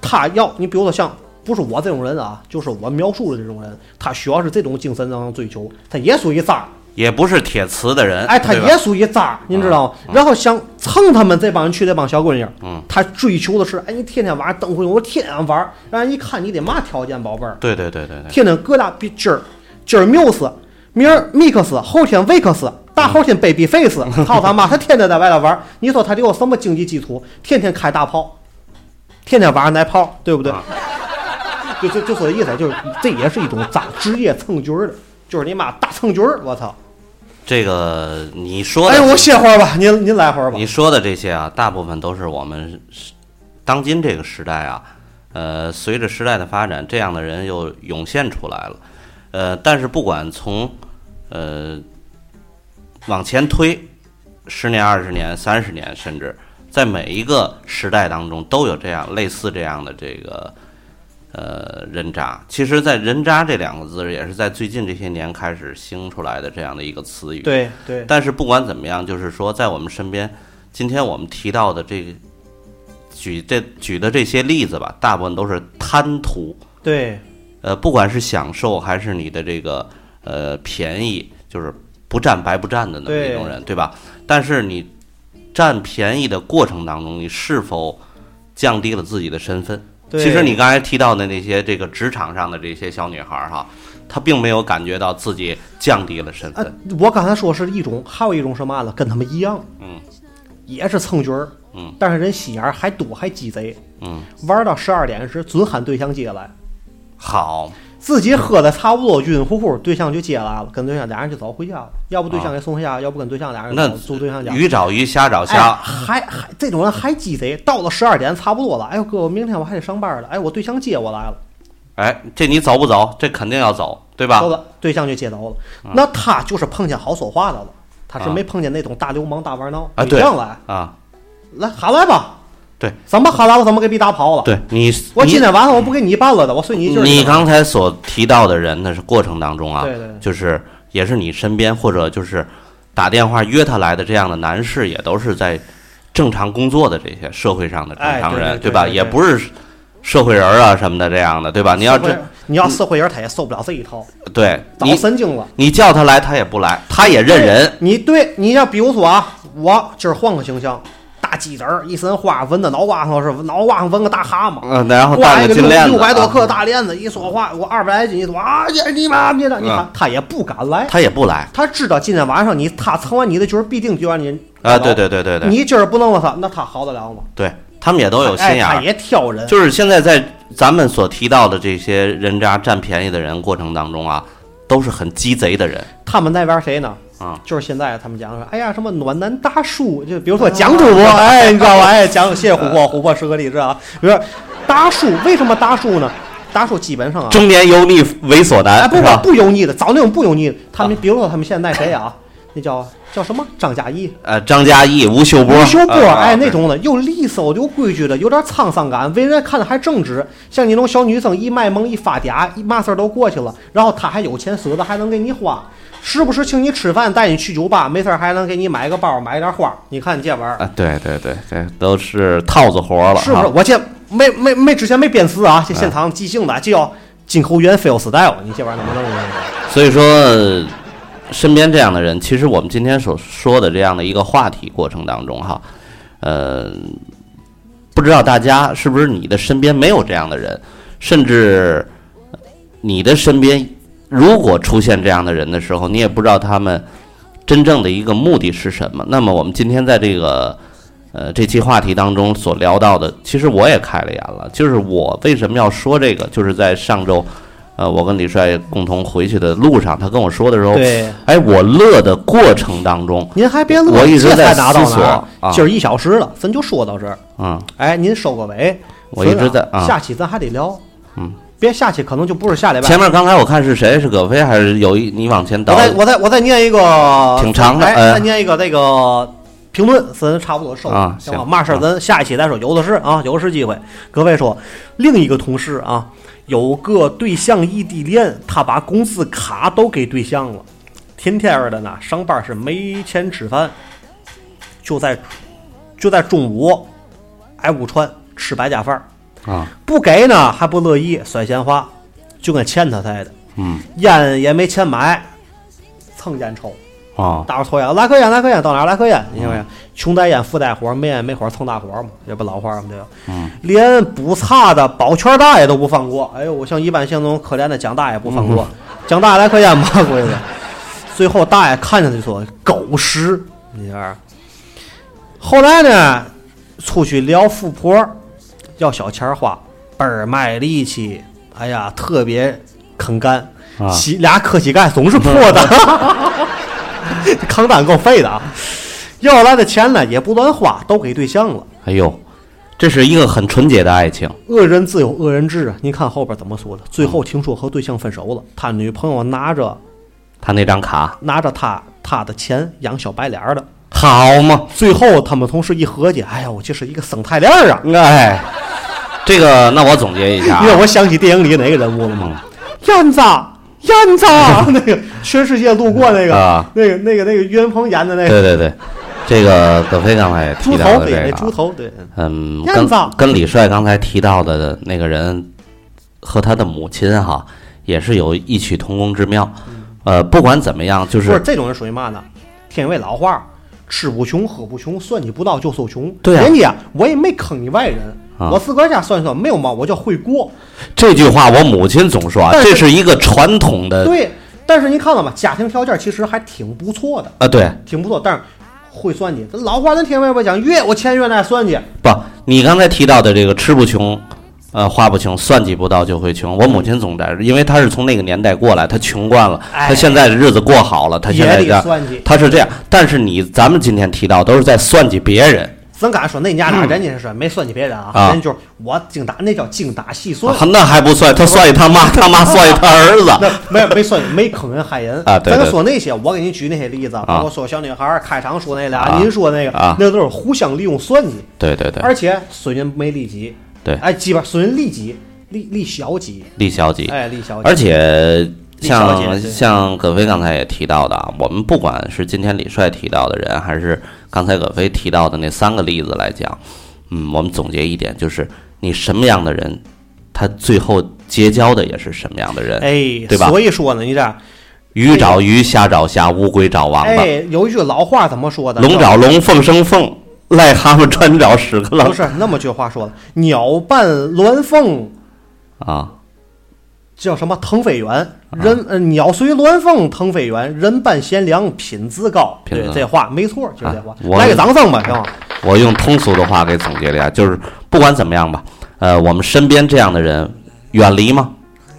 I: 他要你，比如说像不是我这种人啊，就是我描述的这种人，他需要是这种精神上的追求，他也属于渣儿，
C: 也不是铁磁的人，
I: 哎，他
C: 对吧
I: 也属于渣儿，您知道吗？然后想蹭他们这帮人去这帮小闺女，
C: 嗯
I: 他追求的是，哎，你天天晚上灯会，我天天玩儿，让人一看你得嘛条件，宝贝儿，
C: 对对对对对，
I: 天天各大比今儿今儿 Muse，明儿 Mix，后天 Wix，大后天 Babyface，操他妈，他天天在外头玩儿，你说他得有什么经济基础？天天开大炮，天天晚上来炮，对不对？
C: 啊
I: 就就就说这意思，就是这也是一种咋职业蹭局儿的，就是你妈大蹭局儿，我操！
C: 这个你说的，
I: 哎呦，我歇会儿吧，您您来会儿吧
C: 你。说的这些啊，大部分都是我们时当今这个时代啊，呃，随着时代的发展，这样的人又涌现出来了。呃，但是不管从呃往前推十年、二十年、三十年，甚至在每一个时代当中，都有这样类似这样的这个呃人渣。其实，在“人渣”这两个字，也是在最近这些年开始兴出来的这样的一个词语。
I: 对对，
C: 但是不管怎么样，就是说，在我们身边，今天我们提到的这个举这举的这些例子吧，大部分都是贪图，
I: 对
C: 呃，不管是享受还是你的这个呃便宜，就是不占白不占的那么
I: 对
C: 一种人，对吧？但是你占便宜的过程当中，你是否降低了自己的身份？
I: 对，
C: 其实你刚才提到的那些这个职场上的这些小女孩儿哈，她并没有感觉到自己降低了身
I: 啊
C: 份，，
I: 我刚才说是一种，还有一种是嘛呢？跟他们一样，
C: 嗯，
I: 也是蹭角儿，
C: 嗯，
I: 但是人心眼儿还多，还鸡贼，
C: 嗯，
I: 玩到十二点时准喊对象接来，
C: 好。
I: 自己喝的差不多，晕晕乎乎，对象就接来了，跟对象俩人就走回家了，要不对象
C: 啊
I: 给送回家，要不跟对象俩人
C: 那
I: 走住对象家。
C: 鱼找鱼，虾找
I: 哎，
C: 虾，
I: 还还这种人还鸡贼，到了十二点差不多了，哎呦哥，我明天我还得上班了，哎，我对象接我来了，
C: 哎，这你走不走？这肯定要走，对吧
I: 走？了，对象就接走了，那他就是碰见好说话的了，他是
C: 啊
I: 没碰见那种大流氓大玩闹，
C: 啊，
I: 一
C: 对
I: 样来。
C: 啊，
I: 来喊来吧。
C: 对，
I: 怎么喊来我怎么给你打跑了。，
C: 对你，
I: 我
C: 你
I: 今天晚上我不给你办了的，我睡你一觉。
C: 你刚才所提到的人，那是过程当中啊，
I: 对对对
C: 就是也是你身边或者就是打电话约他来的这样的男士，也都是在正常工作的这些社会上的正
I: 哎
C: 常
I: 对
C: 人，
I: 对对
C: 吧？
I: 对对
C: 也不是社会人儿啊什么的这样的，对吧？你要
I: 社会
C: 这
I: 你要社会人，他也受不了这一套，
C: 对
I: 早
C: 你
I: 神经了。
C: 你叫他来，他也不来，他也认人，
I: 你对，你要比如说啊，我今儿换个形象，大鸡子儿，一身花，纹的脑瓜上是脑瓜上纹个大蛤蟆。
C: 嗯，然后
I: 挂
C: 戴
I: 一个
C: 金链子，
I: 六百多
C: 啊
I: 克大链子，一说话我二百来斤，一说啊，这你妈你的，你看
C: 嗯
I: 他也不敢来，
C: 他也不来
I: 他知道今天晚上你他成完你的角儿，必定就让你
C: 啊！对对对对对，
I: 你今儿不弄了他，那他好得了吗？
C: 对他们也都有心
I: 哎
C: 眼
I: 他
C: 儿。
I: 也挑人，
C: 就是现在在咱们所提到的这些人渣占便宜的人过程当中啊，都是很鸡贼的人
I: 他们那边谁呢？
C: 啊。
I: 就是现在他们讲说，哎呀，什么暖男大叔，就比如
C: 啊
I: 说蒋主播，哎，你知道吧？哎，蒋，谢谢琥珀，琥珀是个例子啊。比如说大叔，为什么大叔呢？大叔基本上啊，
C: 中年油腻猥琐男，
I: 哎，不
C: 是
I: 不
C: 吧？啊
I: 不油腻的，找那种不油腻的。他们比如说他们现在那谁啊，那叫叫什么张嘉译、
C: 呃，张嘉译、吴秀波、
I: 吴秀波，
C: 啊啊
I: 哎，
C: 对
I: 那种的又利索又规矩的，有点沧桑感，为人看着还正直。像你那种小女生，一卖萌一发嗲，一嘛事儿都过去了，然后他还有钱舍得，还能给你花，时不时请你吃饭，带你去酒吧，没事儿还能给你买个包，买点花。你看你这玩意儿
C: 啊，对对对对，都是套子活了，
I: 是不是？
C: 啊？
I: 我这没没没之前没编词啊，这
C: 嗯
I: 现场即兴的，就要进口原 fail style，你这玩意儿能不能弄？啊
C: 所以说，呃身边这样的人，其实我们今天所说的这样的一个话题过程当中哈，呃，不知道大家是不是你的身边没有这样的人，甚至呃你的身边如果出现这样的人的时候，你也不知道他们真正的一个目的是什么。那么我们今天在这个呃这期话题当中所聊到的，其实我也开了眼了，就是我为什么要说这个，就是在上周。呃，我跟李帅共同回去的路上，他跟我说的时候，
I: 对，
C: 哎，我乐的过程当中，
I: 您还别乐，
C: 我一直
I: 这才
C: 在
I: 拿到
C: 思索
I: 哪儿？
C: 啊
I: 今儿一小时了，咱就说到这儿。
C: 嗯，
I: 哎，您收个尾。
C: 我一直在
I: 所以啊
C: 啊
I: 下期咱还得聊，
C: 嗯，
I: 别下期可能就不是下礼拜。
C: 前面刚才我看是谁，是葛飞还是有一你往前倒
I: 我？再我再我再念一个，
C: 挺长的
I: 哎，
C: 呃
I: 再念一个那个评论，咱差不多收了
C: 啊
I: 行吧？
C: 行
I: 嘛事儿
C: 啊
I: 咱下一期再说，有的是啊，有的是机会。各位说，另一个同事啊，有个对象异地恋，他把工资卡都给对象了，天天儿的呢，上班是没钱吃饭，就在就在中午挨午串吃白家饭儿
C: 啊，
I: 不给呢还不乐意，甩闲话，就跟欠他似的。
C: 嗯，
I: 烟也没钱买，蹭烟抽，
C: 哦，
I: 大伙抽烟，来颗烟，来颗烟，到哪儿来颗烟？
C: 嗯
I: 你看没有？穷带烟，富带火，没烟没火蹭大火嘛，这不老话吗？对吧？
C: 嗯，
I: 连补差的保全大爷都不放过。哎呦，我像一般像那种可怜的蒋大爷不放过，
C: 嗯
I: 蒋大爷来颗烟吧， 闺女。最后大爷看见他就说：“狗屎！”你这儿。后来呢，出去聊富婆，要小钱儿花，倍儿卖力气，哎呀，特别肯干。
C: 啊
I: 膝俩磕膝盖总是破的，扛单够费的啊！要来的钱呢也不乱花，都给对象了。
C: 哎呦，这是一个很纯洁的爱情，
I: 恶人自有恶人治啊！您看后边怎么说的？最后听说和对象分手了，他女朋友啊拿着
C: 他那张卡
I: 拿着他他的钱养小白脸儿的。
C: 好嘛？
I: 最后他们同事一合计，哎呀，我这是一个生态链儿啊！
C: 哎，这个，那我总结一下啊，
I: 因为我想起电影里哪个人物了
C: 嗯
I: 吗？燕子， 燕子，啊那个全世界路过那个
C: 啊，
I: 那个那个那个岳云鹏演的那
C: 对
I: 个
C: 对对，这个葛飞刚才也
I: 猪
C: 提到
I: 头，
C: 的
I: 对，
C: 这
I: 那
C: 个
I: 猪
C: 啊，
I: 头，对，
C: 嗯，
I: 燕
C: 跟
I: 子
C: 跟李帅刚才提到的那个人和他的母亲哈，也是有异曲同工之妙。呃，不管怎么样，就
I: 嗯不是
C: 是
I: 这种人属于嘛呢？天津卫老话儿，吃不穷，喝不穷，算计不到就受穷。
C: 对啊
I: 人家我也没坑你外人，
C: 啊
I: 我自个儿家算一算没有毛，我叫会过。
C: 这句话，我母亲总说啊，
I: 但是
C: 这是一个传统的
I: 对，但是您看到吗？家庭条件其实还挺不错的，
C: 啊，对，
I: 挺不错，但是会算计。这老话咱天津卫不讲，越有钱越爱算计。
C: 不，你刚才提到的这个吃不穷，呃，花不穷，算计不到就会穷。我母亲总在，因为她是从那个年代过来，她穷惯了，
I: 哎
C: 她现在的日子过好了，她现
I: 也
C: 在这
I: 得
C: 样，
I: 算计。
C: 她是这样。但是你咱们今天提到都是在算计别人，
I: 咱敢说那家俩人家是没算计别人啊，
C: 啊
I: 人家就是我精打，那叫精打细算。
C: 啊那还不算，她算计他妈，他妈算计他儿
I: 那
C: 子。
I: 没有没算没坑人害人
C: 啊对
I: 咱
C: 对
I: 说那些，我给您举那些例子，包括说小女孩儿开场说那俩，
C: 啊
I: 您说那个，
C: 啊
I: 那都是互相利用算计，
C: 对对对，
I: 而且损人没利己，
C: 对
I: 哎，基本损人利己，利利小己，
C: 李小姐，
I: 哎，利小己，
C: 而且
I: 李小姐
C: 像
I: 对
C: 像葛飞刚才也提到的啊，我们不管是今天李帅提到的人，还是刚才葛飞提到的那三个例子来讲，嗯，我们总结一点就是，你什么样的人，他最后结交的也是什么样的人。
I: 哎，
C: 对吧
I: 所以说呢，你这样，
C: 鱼找鱼，虾找虾，乌龟找王八，
I: 哎，有一句老话怎么说的？
C: 啊龙
I: 叫
C: 找龙，凤生凤，癞蛤蟆穿着屎壳郎
I: 不是那么句话说的，鸟伴鸾凤。
C: 啊！
I: 叫什么腾飞远，人呃鸟随鸾凤腾飞远，人伴贤良品自高。
C: 品自
I: 对，
C: 高
I: 这话没错，就是这话
C: 啊。我
I: 来个掌声吧，行吗？
C: 我用通俗的话给总结了一下，就是不管怎么样吧，呃，我们身边这样的人，远离吗？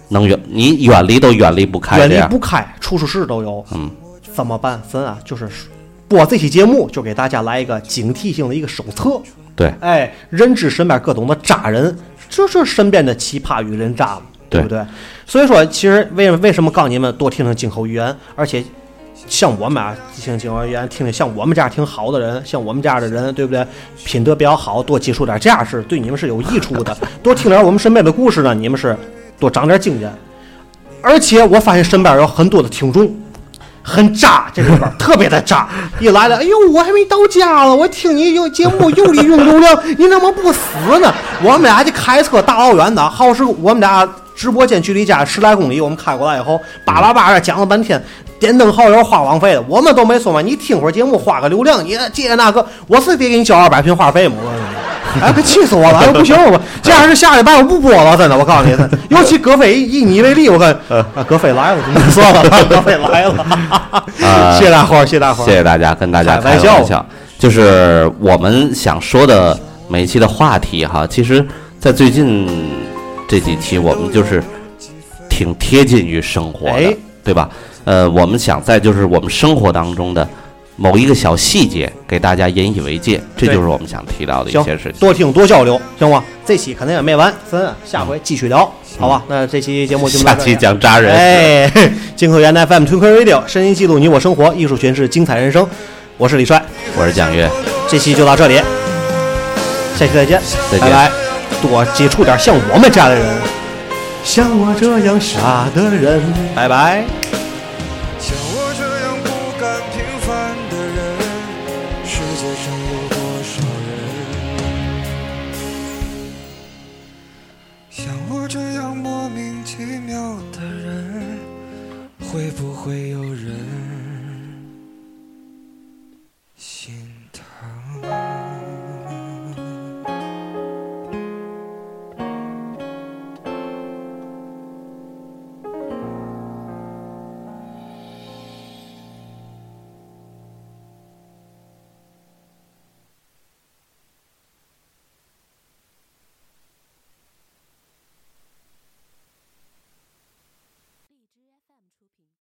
C: 能远，你远离都远离不开
I: 远
C: 这
I: 离
C: 样。
I: 不开，处处事都有。
C: 嗯，
I: 怎么办？咱啊，就是播这期节目，就给大家来一个警惕性的一个手册。
C: 对
I: 哎，人知身边各种的渣人，就是身边的奇葩与人渣嘛，
C: 对
I: 不对？所以说，其实为为什么告诉你们多听听金口玉言，而且像我们啊，听金口玉言，听听像我们这样挺好的人，像我们这样的人，对不对？品德比较好，多接触点这样事，对你们是有益处的。多听点我们身边的故事呢，你们是多长点经验。而且我发现身边有很多的听众。很渣，这里边儿特别的渣。一来了，哎呦，我还没到家了，我听你有节目又利用流量，你怎么不死呢？我们俩就开车大老远的，耗时我们俩直播间距离家十来公里，我们开过来以后，叭叭叭的讲了半天，点灯耗油花枉费了，我们都没说嘛。你听会儿节目花个流量，你这个那个，我是得给你交二百瓶话费嘛。我告诉你。哎，可气死我了！哎，不行，我这样是下礼拜我不播了，真的，我告诉你，真的尤其葛飞以你为例，我看
C: 嗯
I: 啊，葛飞来了，怎么算了，葛飞来了，
C: 啊
I: 谢谢大伙儿，谢谢大伙儿，
C: 谢谢大家，跟大家
I: 开玩
C: 开
I: 笑
C: 玩笑，就是我们想说的每一期的话题哈，其实，在最近这几期，我们就是挺贴近于生活的，
I: 哎
C: 对吧？呃，我们想在就是我们生活当中的某一个小细节，给大家引以为戒，这
I: 对
C: 就是我们想提到的一
I: 行
C: 些事情。
I: 多听多交流，行吗？这期肯定也没完，咱啊下回继续聊，好吧？那这期节目
C: 嗯
I: 就
C: 下
I: 到这
C: 期
I: 里。
C: 讲扎人。
I: 哎， 金科源 FM 春 n Radio，声音记录你我生活，艺术诠释精彩人生，我是李帅，
C: 我是蒋越，
I: 这期就到这里，下期再见，
C: 再见
I: 拜拜。多接触点像我们这样的人，像我这样傻的人，拜拜。
J: 像我这样不甘平凡的人，世界上有多少人？像我这样莫名其妙的人，会不会有人心疼？